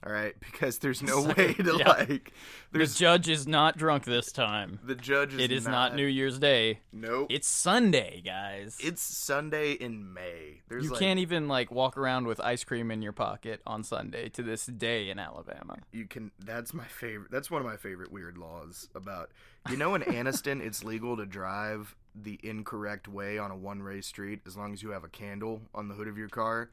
[SPEAKER 2] All right, <laughs> because
[SPEAKER 1] <laughs>
[SPEAKER 2] there's no way to
[SPEAKER 1] Mm-hmm. yeah.
[SPEAKER 2] like.
[SPEAKER 1] The
[SPEAKER 2] There's
[SPEAKER 1] judge is not drunk this time.
[SPEAKER 2] the judge is
[SPEAKER 1] It is not, New Year's Day.
[SPEAKER 2] Nope. It's
[SPEAKER 1] It's Sunday, guys.
[SPEAKER 2] it's Sunday in May. There's
[SPEAKER 1] you
[SPEAKER 2] like,
[SPEAKER 1] can't even like walk around with ice cream in your pocket on Sunday to this day in Alabama.
[SPEAKER 2] you can that's my favorite that's one of my favorite weird laws about you know
[SPEAKER 1] <laughs>
[SPEAKER 2] in Anniston it's legal to drive the incorrect way on a one way street as long as you have a candle on the hood of
[SPEAKER 1] <laughs>
[SPEAKER 2] your car.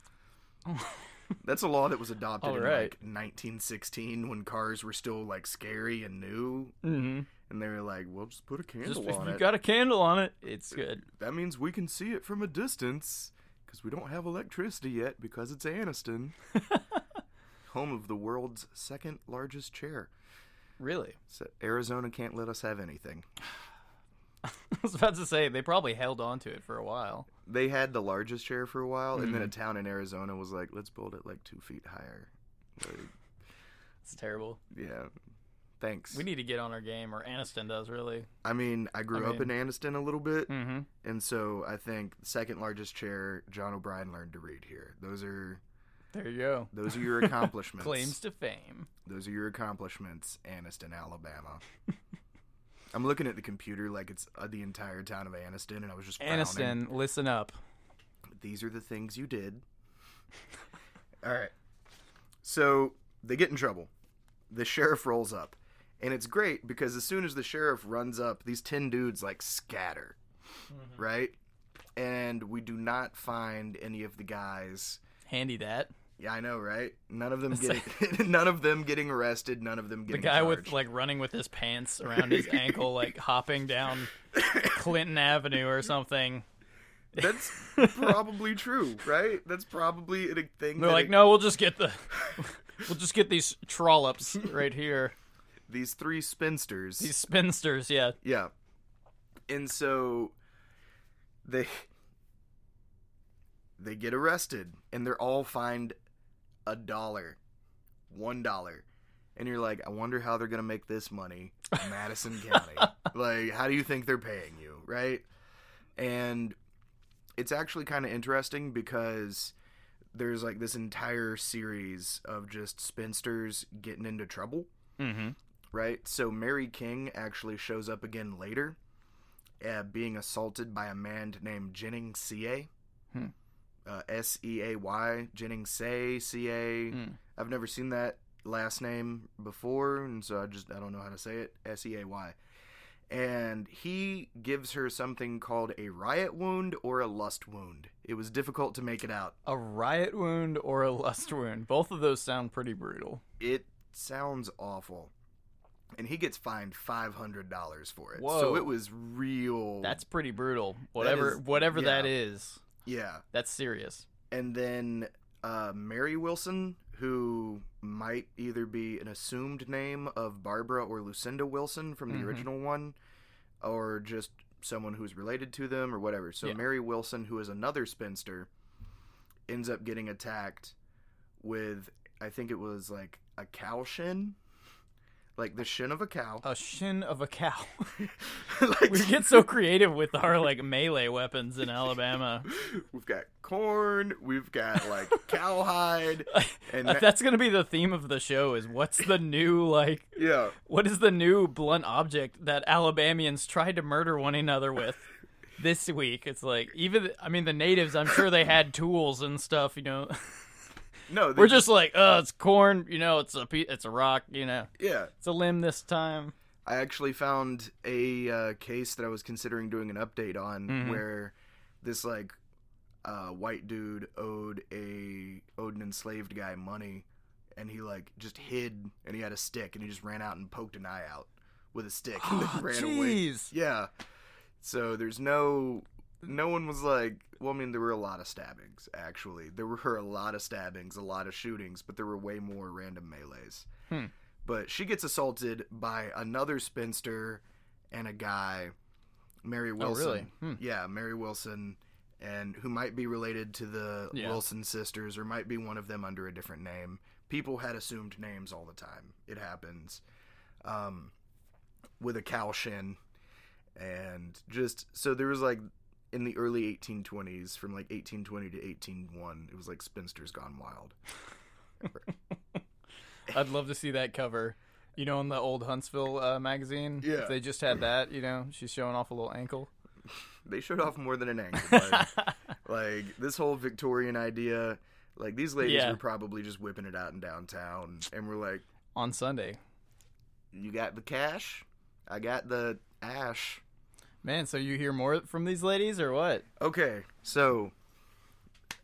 [SPEAKER 2] That's a law that was adopted
[SPEAKER 1] All
[SPEAKER 2] in
[SPEAKER 1] right.
[SPEAKER 2] like 1916 when cars were still like scary and new
[SPEAKER 1] Mm-hmm.
[SPEAKER 2] and they were like, "Well, just put a
[SPEAKER 1] Just
[SPEAKER 2] candle
[SPEAKER 1] if
[SPEAKER 2] on
[SPEAKER 1] you
[SPEAKER 2] it."
[SPEAKER 1] got a candle on it, it's good.
[SPEAKER 2] that means we can see it from
[SPEAKER 1] <laughs>
[SPEAKER 2] a distance because we don't have electricity yet because it's Anniston. home of the world's second largest chair.
[SPEAKER 1] Really? <laughs>
[SPEAKER 2] So Arizona can't let us have anything.
[SPEAKER 1] I was about to say they probably held on to it for a while.
[SPEAKER 2] They had the largest chair for a while, and
[SPEAKER 1] Mm-hmm.
[SPEAKER 2] then a town in Arizona was like, let's build it like two feet higher. Like,
[SPEAKER 1] It's terrible.
[SPEAKER 2] yeah. Thanks.
[SPEAKER 1] We need to get on our game, or Aniston does really.
[SPEAKER 2] I mean, I grew
[SPEAKER 1] I
[SPEAKER 2] up in Anniston a little bit,
[SPEAKER 1] Mm-hmm.
[SPEAKER 2] and so I think the second largest chair, John O'Brien learned to read here. Those are
[SPEAKER 1] There you go.
[SPEAKER 2] those are your
[SPEAKER 1] <laughs>
[SPEAKER 2] accomplishments.
[SPEAKER 1] Claims to fame.
[SPEAKER 2] Those are your accomplishments, Anniston, Alabama. <laughs> I'm looking at the computer like it's uh, the entire town of Anniston, and I was just frowning.
[SPEAKER 1] Aniston, listen up.
[SPEAKER 2] These are the things you did. <laughs> All right. So they get in trouble. The sheriff rolls up, and it's great because as soon as the sheriff runs up, these ten dudes like scatter,
[SPEAKER 1] Mm-hmm.
[SPEAKER 2] right? And we do not find any of the guys.
[SPEAKER 1] Handy that.
[SPEAKER 2] Yeah, I know, right? None of them getting <laughs> none of them getting arrested. None of them
[SPEAKER 1] The
[SPEAKER 2] getting
[SPEAKER 1] guy
[SPEAKER 2] charged.
[SPEAKER 1] with like running with his pants around his ankle, like hopping down Clinton Avenue or something.
[SPEAKER 2] That's
[SPEAKER 1] <laughs>
[SPEAKER 2] probably true, right? That's probably a thing.
[SPEAKER 1] They're
[SPEAKER 2] that
[SPEAKER 1] like,
[SPEAKER 2] it-
[SPEAKER 1] no, we'll just get the, we'll just get these trollops right here.
[SPEAKER 2] These three spinsters.
[SPEAKER 1] These spinsters, yeah.
[SPEAKER 2] Yeah. And so they they get arrested and they're all fined a dollar. One dollar. And you're like, I wonder how they're gonna make this money in Madison County. Like, how do you think they're paying you, right? And it's actually kind of interesting because there's like this entire series of just spinsters getting into trouble
[SPEAKER 1] Mm-hmm.
[SPEAKER 2] right? So Mary King actually shows up again later, uh, being assaulted by a man named Jennings C.A.
[SPEAKER 1] Hmm.
[SPEAKER 2] Uh, S E A Y Jennings Say C.A.
[SPEAKER 1] Hmm.
[SPEAKER 2] have never seen that last name before, and so I just I don't know how to say it. S E A Y. And he gives her something called a riot wound or a lust wound. It was difficult to make it out.
[SPEAKER 1] A riot wound or a lust wound. Both of those sound pretty brutal.
[SPEAKER 2] It sounds awful. And he gets fined five hundred dollars for it. So
[SPEAKER 1] Whoa.
[SPEAKER 2] it was real.
[SPEAKER 1] That's pretty brutal. Whatever
[SPEAKER 2] is-
[SPEAKER 1] whatever
[SPEAKER 2] yeah.
[SPEAKER 1] that is.
[SPEAKER 2] yeah.
[SPEAKER 1] That's serious.
[SPEAKER 2] And then uh, Mary Wilson, who might either be an assumed name of Barbara or Lucinda Wilson from the
[SPEAKER 1] Mhm.
[SPEAKER 2] original one, or just someone who's related to them or whatever. So
[SPEAKER 1] Yeah.
[SPEAKER 2] Mary Wilson, who is another spinster, ends up getting attacked with I think it was like a cow shin. Like the shin of a cow.
[SPEAKER 1] A shin of a cow.
[SPEAKER 2] like
[SPEAKER 1] <laughs> we get so creative with our like melee weapons in Alabama.
[SPEAKER 2] We've got corn. We've got like
[SPEAKER 1] <laughs>
[SPEAKER 2] cowhide, and that-
[SPEAKER 1] That's going to be the theme of the show is what's the new like
[SPEAKER 2] yeah,
[SPEAKER 1] what is the new blunt object that Alabamians tried to murder one another with? This week, it's like even I mean the natives. I'm sure they had tools and stuff. You know,
[SPEAKER 2] no,
[SPEAKER 1] we're
[SPEAKER 2] they-
[SPEAKER 1] just like, oh, it's corn. You know, it's a pe- it's a rock. You know,
[SPEAKER 2] yeah.
[SPEAKER 1] it's a limb this time.
[SPEAKER 2] I actually found a uh, case that I was considering doing an update on
[SPEAKER 1] Mhm.
[SPEAKER 2] where this like uh, white dude owed a owed an enslaved guy money, and he like just hid and he had a stick and he just ran out and poked an eye out with a stick and then <laughs> ran away.
[SPEAKER 1] jeez.
[SPEAKER 2] Yeah. So there's no no one was like well I mean there were a lot of stabbings actually. There were <laughs> a lot of stabbings, a lot of shootings, but there were way more random melees but she gets assaulted by another spinster and a guy, Mary Wilson.
[SPEAKER 1] really? Hmm.
[SPEAKER 2] Yeah, Mary Wilson, and who might be related to the
[SPEAKER 1] Yeah.
[SPEAKER 2] Wilson sisters or might be one of them under a different name. People had assumed names all the time. It happens. Um, with a cow shin, and just so there was like in the early 1820s, from like 1820 to 181, it was like spinsters gone wild.
[SPEAKER 1] I'd love to see that cover. You know, in the old Huntsville uh, magazine, If
[SPEAKER 2] Yeah.
[SPEAKER 1] they just had that. You know, she's showing off a little ankle.
[SPEAKER 2] they showed off more than an angle.
[SPEAKER 1] <laughs>
[SPEAKER 2] Like, like, this whole Victorian idea, like these ladies
[SPEAKER 1] Yeah.
[SPEAKER 2] were probably just whipping it out in downtown, and we're like,
[SPEAKER 1] on Sunday.
[SPEAKER 2] "You got the cash, I got the ash."
[SPEAKER 1] Man, so you hear more from these ladies or what?
[SPEAKER 2] Okay, so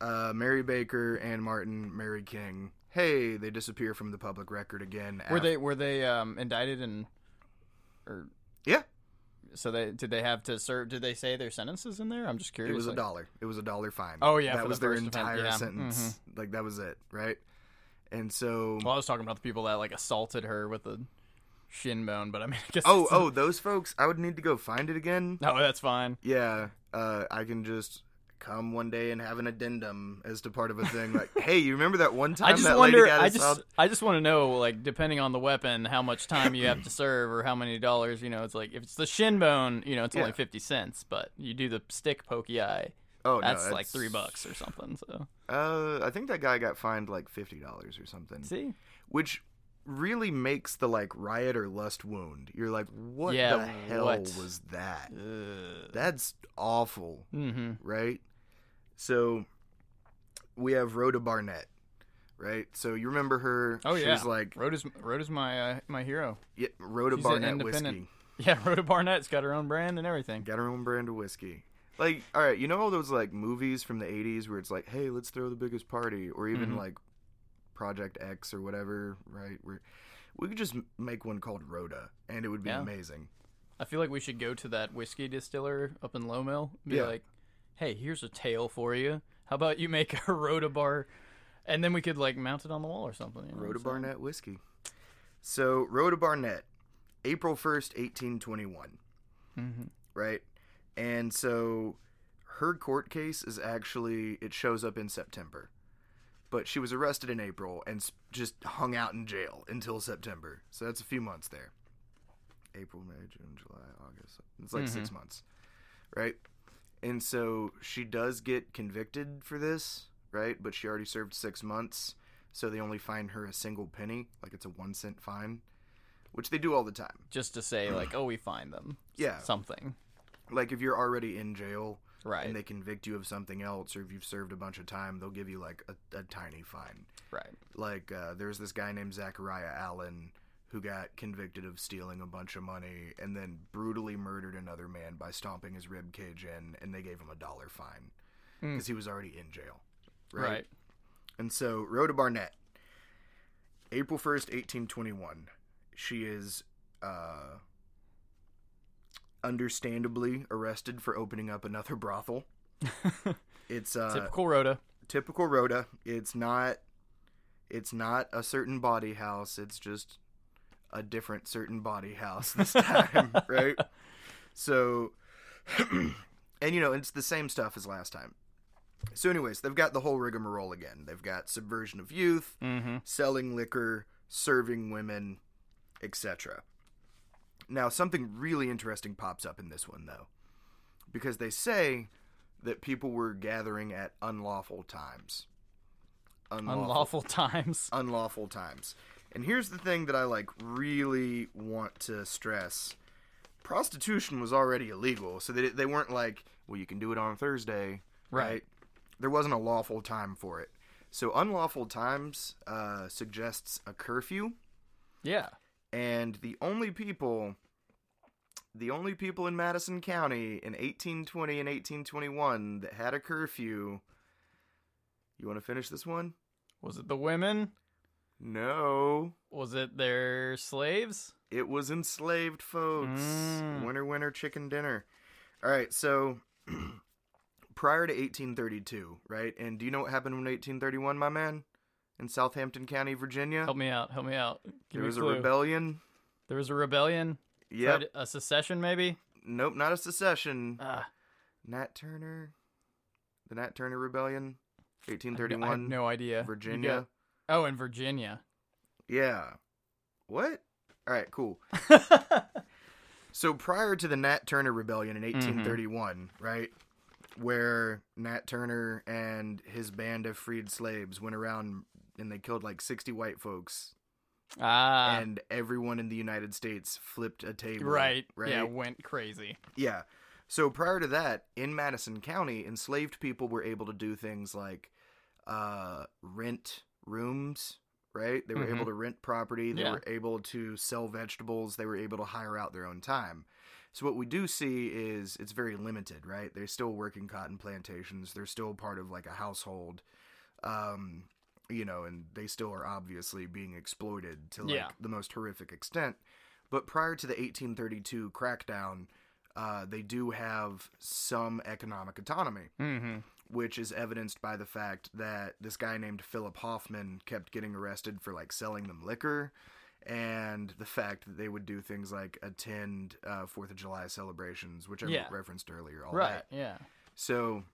[SPEAKER 2] uh, Mary Baker, Ann Martin, Mary King. Hey, they disappear from the public record again.
[SPEAKER 1] Were
[SPEAKER 2] af-
[SPEAKER 1] they were they um, indicted and or
[SPEAKER 2] Yeah,
[SPEAKER 1] so they did they have to serve? Did they say their sentences in there? I'm just curious.
[SPEAKER 2] it was a
[SPEAKER 1] like-
[SPEAKER 2] dollar. It was a dollar fine.
[SPEAKER 1] Oh, yeah,
[SPEAKER 2] that
[SPEAKER 1] for
[SPEAKER 2] was
[SPEAKER 1] the
[SPEAKER 2] their
[SPEAKER 1] first offense,
[SPEAKER 2] entire
[SPEAKER 1] yeah,
[SPEAKER 2] sentence. Like that was it, right? And so,
[SPEAKER 1] Well, I was talking about the people that like assaulted her with a shin bone, but I mean, I guess.
[SPEAKER 2] oh,
[SPEAKER 1] it's-
[SPEAKER 2] oh, those folks, I would need to go find it again.
[SPEAKER 1] <laughs> no, that's fine.
[SPEAKER 2] Yeah, uh, I can just come one day and have an addendum as to part of a thing. Like, hey, you remember that one
[SPEAKER 1] <laughs>
[SPEAKER 2] time
[SPEAKER 1] I just
[SPEAKER 2] that
[SPEAKER 1] wonder.
[SPEAKER 2] lady got
[SPEAKER 1] I just,
[SPEAKER 2] assaulted?
[SPEAKER 1] I just want to know, like, depending on the weapon, how much time you have to serve or how many dollars. You know, it's like if it's the shin bone, you know, it's only
[SPEAKER 2] Yeah.
[SPEAKER 1] fifty cents, but you do the stick pokey eye,
[SPEAKER 2] Oh, no,
[SPEAKER 1] that's, like
[SPEAKER 2] that's-
[SPEAKER 1] three bucks or something. So
[SPEAKER 2] Uh, I think that guy got fined like fifty dollars or something,
[SPEAKER 1] see,
[SPEAKER 2] which really makes the like riot or lust wound. You're like, what
[SPEAKER 1] Yeah,
[SPEAKER 2] the hell
[SPEAKER 1] what?
[SPEAKER 2] was that? That's awful,
[SPEAKER 1] mm-hmm.
[SPEAKER 2] right? So we have Rhoda Barnett, right? So you remember her?
[SPEAKER 1] Oh
[SPEAKER 2] She's
[SPEAKER 1] yeah,
[SPEAKER 2] like
[SPEAKER 1] Road is Road is my uh, my hero. <laughs>
[SPEAKER 2] yeah, Rhoda
[SPEAKER 1] She's an
[SPEAKER 2] Barnett
[SPEAKER 1] independent-
[SPEAKER 2] whiskey.
[SPEAKER 1] Yeah, Rhoda Barnett's got her own brand and everything.
[SPEAKER 2] Got her own brand of whiskey. Like, all right, you know all those like movies from the '80s where it's like, hey, let's throw the biggest party, or even like Project X or whatever, right? Where we could just m- make one called Rhoda, and it would be
[SPEAKER 1] Yeah.
[SPEAKER 2] amazing.
[SPEAKER 1] I feel like we should go to that whiskey distiller up in Lowmel. and Be
[SPEAKER 2] Yeah.
[SPEAKER 1] like, hey, here's a tale for you. How about you make <laughs> a Rhoda bar, and then we could like mount it on the wall or something. You know
[SPEAKER 2] Rhoda
[SPEAKER 1] what I'm
[SPEAKER 2] Barnett whiskey. So Rhoda Barnett, April first, eighteen twenty-one,
[SPEAKER 1] Mhm.
[SPEAKER 2] right? And so her court case is actually it shows up in September, but she was arrested in April and s- just hung out in jail until September. So that's a few months there. April, May, June, July, August. It's like six months, right? And so she does get convicted for this, right? But she already served six months, so they only fine her a single penny, like it's a one cent fine, which they do all the time.
[SPEAKER 1] Just to
[SPEAKER 2] Mm.
[SPEAKER 1] say like, oh, we find them.
[SPEAKER 2] Yeah.
[SPEAKER 1] Something.
[SPEAKER 2] Like if you're already in jail
[SPEAKER 1] Right.
[SPEAKER 2] and they convict you of something else, or if you've served a bunch of time, they'll give you like a, a tiny fine.
[SPEAKER 1] Right.
[SPEAKER 2] Like uh, there's this guy named Zachariah Allen who got convicted of stealing a bunch of money and then brutally murdered another man by stomping his rib cage in, and they gave him a dollar fine because he was already in jail.
[SPEAKER 1] Right.
[SPEAKER 2] And so Rhoda Barnett, April 1st, 1821, she is uh, understandably arrested for opening up another brothel. it's uh, typical.
[SPEAKER 1] Typical Rhoda.
[SPEAKER 2] Rhoda. It's not it's not a certain body house, it's just a different certain body house this time, right? So <clears throat> and you know, it's the same stuff as last time. So, anyways, they've got the whole rigmarole again. They've got subversion of youth, selling liquor, serving women, etc. Now, something really interesting pops up in this one, though, because they say that people were gathering at unlawful times.
[SPEAKER 1] Unlawful times.
[SPEAKER 2] Unlawful times. And here's the thing that I like really want to stress prostitution was already illegal, so they, they weren't like, well, you can do it on Thursday,
[SPEAKER 1] Right.
[SPEAKER 2] right? There wasn't a lawful time for it. So unlawful times uh, suggests a curfew,
[SPEAKER 1] Yeah.
[SPEAKER 2] and the only people, the only people in Madison County in 1820 and 1821 that had a curfew. You want to finish this one?
[SPEAKER 1] Was it the women?
[SPEAKER 2] No,
[SPEAKER 1] Was it their slaves?
[SPEAKER 2] it was enslaved folks.
[SPEAKER 1] Mm.
[SPEAKER 2] Winner, winner, chicken dinner. All right, so <clears throat> prior to 1832, right? And do you know what happened in 1831, my man? In Southampton County, Virginia,
[SPEAKER 1] Help me out. Help me out. Give
[SPEAKER 2] there
[SPEAKER 1] me
[SPEAKER 2] was a
[SPEAKER 1] clue.
[SPEAKER 2] rebellion.
[SPEAKER 1] There was a rebellion.
[SPEAKER 2] Yep.
[SPEAKER 1] Tried- A secession, maybe.
[SPEAKER 2] Nope, not a secession.
[SPEAKER 1] Ah.
[SPEAKER 2] Nat Turner, the Nat Turner Rebellion,
[SPEAKER 1] No,
[SPEAKER 2] 1831,
[SPEAKER 1] I have no idea. You
[SPEAKER 2] Virginia.
[SPEAKER 1] got- Oh, in Virginia.
[SPEAKER 2] Yeah. What? All
[SPEAKER 1] <laughs>
[SPEAKER 2] right, cool. so prior to the Nat Turner Rebellion in
[SPEAKER 1] Mm-hmm.
[SPEAKER 2] 1831, right, where Nat Turner and his band of freed slaves went around and they killed like 60 white folks,
[SPEAKER 1] Ah,
[SPEAKER 2] and everyone in the United States flipped a table.
[SPEAKER 1] right.
[SPEAKER 2] Right.
[SPEAKER 1] Yeah, went crazy.
[SPEAKER 2] Yeah. So prior to that, in Madison County, enslaved people were able to do things like uh, rent rooms, right? They were able to rent property. They
[SPEAKER 1] Yeah.
[SPEAKER 2] were able to sell vegetables. They were able to hire out their own time. So what we do see is it's very limited, right? They're still working cotton plantations. They're still part of like a household. Um, you know, and they still are obviously being exploited to like
[SPEAKER 1] Yeah.
[SPEAKER 2] the most horrific extent. But prior to the 1832 crackdown, uh, they do have some economic autonomy,
[SPEAKER 1] Mm-hmm.
[SPEAKER 2] which is evidenced by the fact that this guy named Philip Hoffman kept getting arrested for like selling them liquor and the fact that they would do things like attend uh, Fourth of July celebrations, which I
[SPEAKER 1] Yeah.
[SPEAKER 2] referenced earlier. All
[SPEAKER 1] Right.
[SPEAKER 2] that.
[SPEAKER 1] Yeah.
[SPEAKER 2] So,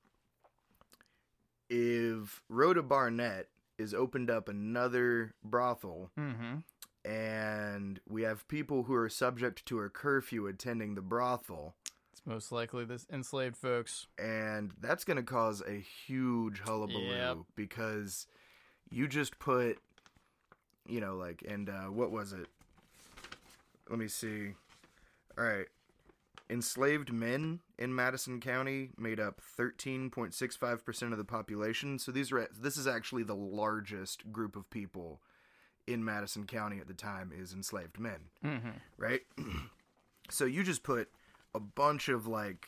[SPEAKER 2] if Rhoda Barnett is opened up another brothel,
[SPEAKER 1] Mm-hmm.
[SPEAKER 2] and we have people who are subject to a curfew attending the brothel,
[SPEAKER 1] It's most likely this enslaved folks.
[SPEAKER 2] and that's going to cause a huge hullabaloo
[SPEAKER 1] Yep.
[SPEAKER 2] because you just put, you know, like, and uh, what was it? Let me see. All right. Enslaved men in Madison County made up 13.65% of the population. So these are this is actually the largest group of people in Madison County at the time is enslaved men. Mm-hmm. Right? <clears throat> so you just put a bunch of like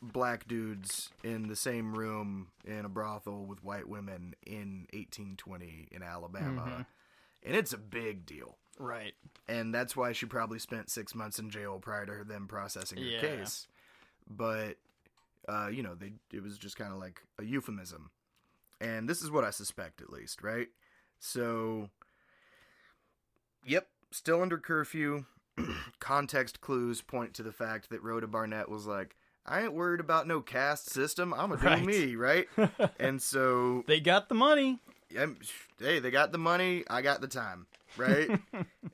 [SPEAKER 2] black dudes in the same room in a brothel with white women in 1820 in Alabama. And it's a big deal.
[SPEAKER 1] Right.
[SPEAKER 2] And that's why she probably spent six months in jail prior to them processing her
[SPEAKER 1] Yeah.
[SPEAKER 2] case. But, uh, you know, they, it was just kind of like a euphemism. And this is what I suspect, at least, right? So, yep, still under curfew. <clears throat> Context clues point to the fact that Rhoda Barnett was like, I ain't worried about no caste system. I'm a to
[SPEAKER 1] <laughs> Right.
[SPEAKER 2] do me, right? and so
[SPEAKER 1] They got the money.
[SPEAKER 2] I'm- hey, they got the money, I got the time, right?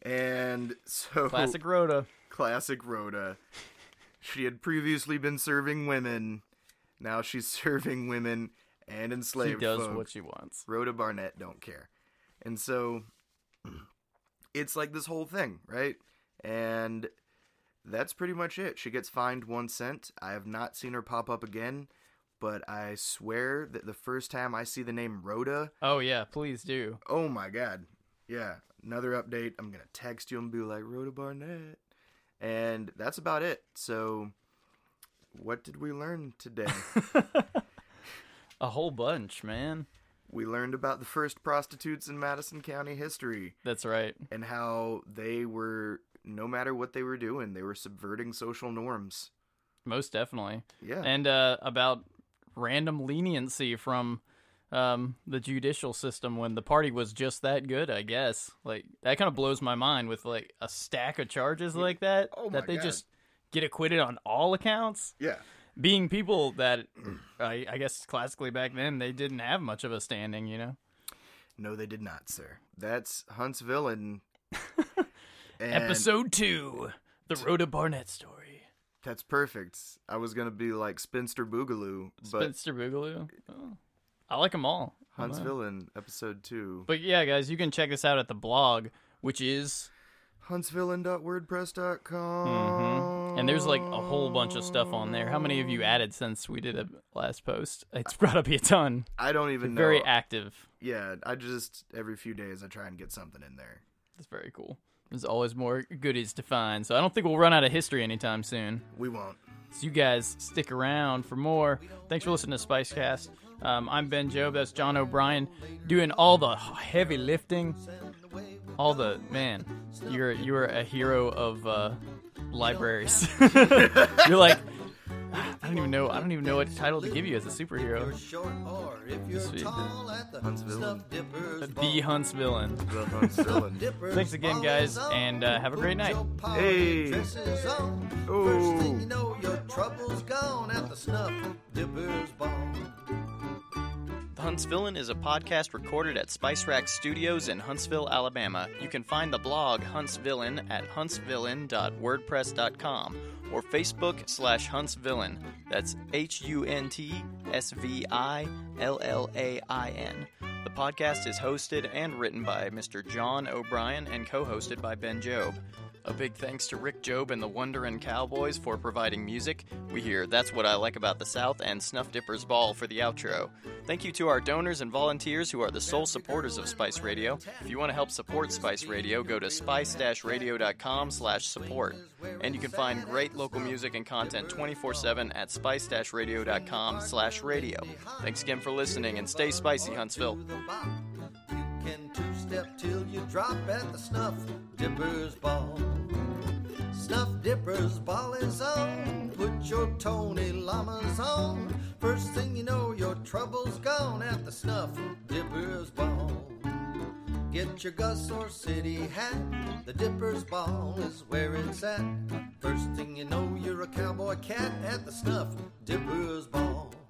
[SPEAKER 2] and so
[SPEAKER 1] Classic Rhoda.
[SPEAKER 2] classic Rhoda. She had previously been serving women. Now she's <laughs> serving women and
[SPEAKER 1] She
[SPEAKER 2] enslaved
[SPEAKER 1] does
[SPEAKER 2] folk.
[SPEAKER 1] what she wants.
[SPEAKER 2] Rhoda Barnett don't care. And so <clears throat> it's like this whole thing, right? And that's pretty much it. She gets fined one cent. I have not seen her pop up again, but I swear that the first time I see the name Rhoda,
[SPEAKER 1] Oh yeah, please do.
[SPEAKER 2] Oh my god. Yeah. Another update. I'm gonna text you and be like Rhoda Barnett. And that's about it. So what did we learn today?
[SPEAKER 1] A whole bunch, man.
[SPEAKER 2] we learned about the first prostitutes in Madison County history
[SPEAKER 1] That's right.
[SPEAKER 2] and how they were no matter what they were doing, they were subverting social norms.
[SPEAKER 1] Most definitely.
[SPEAKER 2] Yeah.
[SPEAKER 1] And uh, about random leniency from um, the judicial system when the party was just that good, I guess. Like that kind of blows my mind with like a stack of charges like that
[SPEAKER 2] Oh my
[SPEAKER 1] that they
[SPEAKER 2] God.
[SPEAKER 1] just get acquitted on all accounts.
[SPEAKER 2] yeah.
[SPEAKER 1] Being people that I, I guess classically back then they didn't have much of a standing, you know.
[SPEAKER 2] No, they did not, sir. That's Huntsville and, and
[SPEAKER 1] Episode 2, The Rhoda Barnett Story.
[SPEAKER 2] That's perfect. I was gonna be like Spinster Boogaloo, but
[SPEAKER 1] Spencer Boogaloo. Oh. I like them all.
[SPEAKER 2] Huntsville and episode two.
[SPEAKER 1] But yeah, guys, you can check us out at the blog, which is
[SPEAKER 2] huntsvillain.wordpress.com.
[SPEAKER 1] and there's like a whole bunch of stuff on there. How many of you added since we did a last post? It's got to be a ton.
[SPEAKER 2] I don't even know.
[SPEAKER 1] Very active.
[SPEAKER 2] yeah, I just every few days I try and get something in there.
[SPEAKER 1] That's very cool. There's always more goodies to find, so I don't think we'll run out of history anytime soon.
[SPEAKER 2] We won't.
[SPEAKER 1] So you guys stick around for more. Thanks for listening to Spicecast. Um, I'm Ben Job. That's John O'Brien doing all the heavy lifting. All the man, you're you're a hero of uh, libraries. <laughs> you're like I don't even know I don't even know what title to give you as a superhero.
[SPEAKER 3] You're short or if you're
[SPEAKER 1] week.
[SPEAKER 3] tall at the
[SPEAKER 2] Huntsville.
[SPEAKER 3] Stuff Dippers
[SPEAKER 1] The
[SPEAKER 3] Bar.
[SPEAKER 1] Hunts villain.
[SPEAKER 2] The Huntsvillain.
[SPEAKER 3] Dippers
[SPEAKER 1] Thanks again,
[SPEAKER 3] Bar
[SPEAKER 1] guys,
[SPEAKER 3] is on.
[SPEAKER 1] and, uh, have a great
[SPEAKER 3] Put your
[SPEAKER 1] night.
[SPEAKER 3] party
[SPEAKER 2] Hey.
[SPEAKER 3] dresses on.
[SPEAKER 2] Ooh.
[SPEAKER 3] First thing you know, your trouble's gone at the Snuff Dippers Bar.
[SPEAKER 8] The Huntsvillin is a podcast recorded at Spice Rack Studios in Huntsville, Alabama. You can find the blog Huntsvillin at huntsvillin.wordpress.com or Facebook slash Huntsvillin. That's H U N T S V I L L A I N. The podcast is hosted and written by Mr. John O'Brien and co hosted by Ben Job. A big thanks to Rick Job and the Wonderin' Cowboys for providing music. We hear That's What I Like About the South and Snuff Dippers Ball for the outro. Thank you to our donors and volunteers who are the sole supporters of Spice Radio. If you want to help support Spice Radio, go to spice-radio.com slash support. And you can find great local music and content 24-7 at spice-radio.com slash radio. Thanks again for listening and stay spicy, Huntsville.
[SPEAKER 3] To the bop. You can two step till you drop at the Snuff Dippers Ball. Snuff Dippers Ball is on. Put your Tony Llamas on. First thing you know, your trouble's gone at the snuff dipper's ball. Get your Gus or City hat. The dipper's ball is where it's at. First thing you know, you're a cowboy cat at the snuff dipper's ball.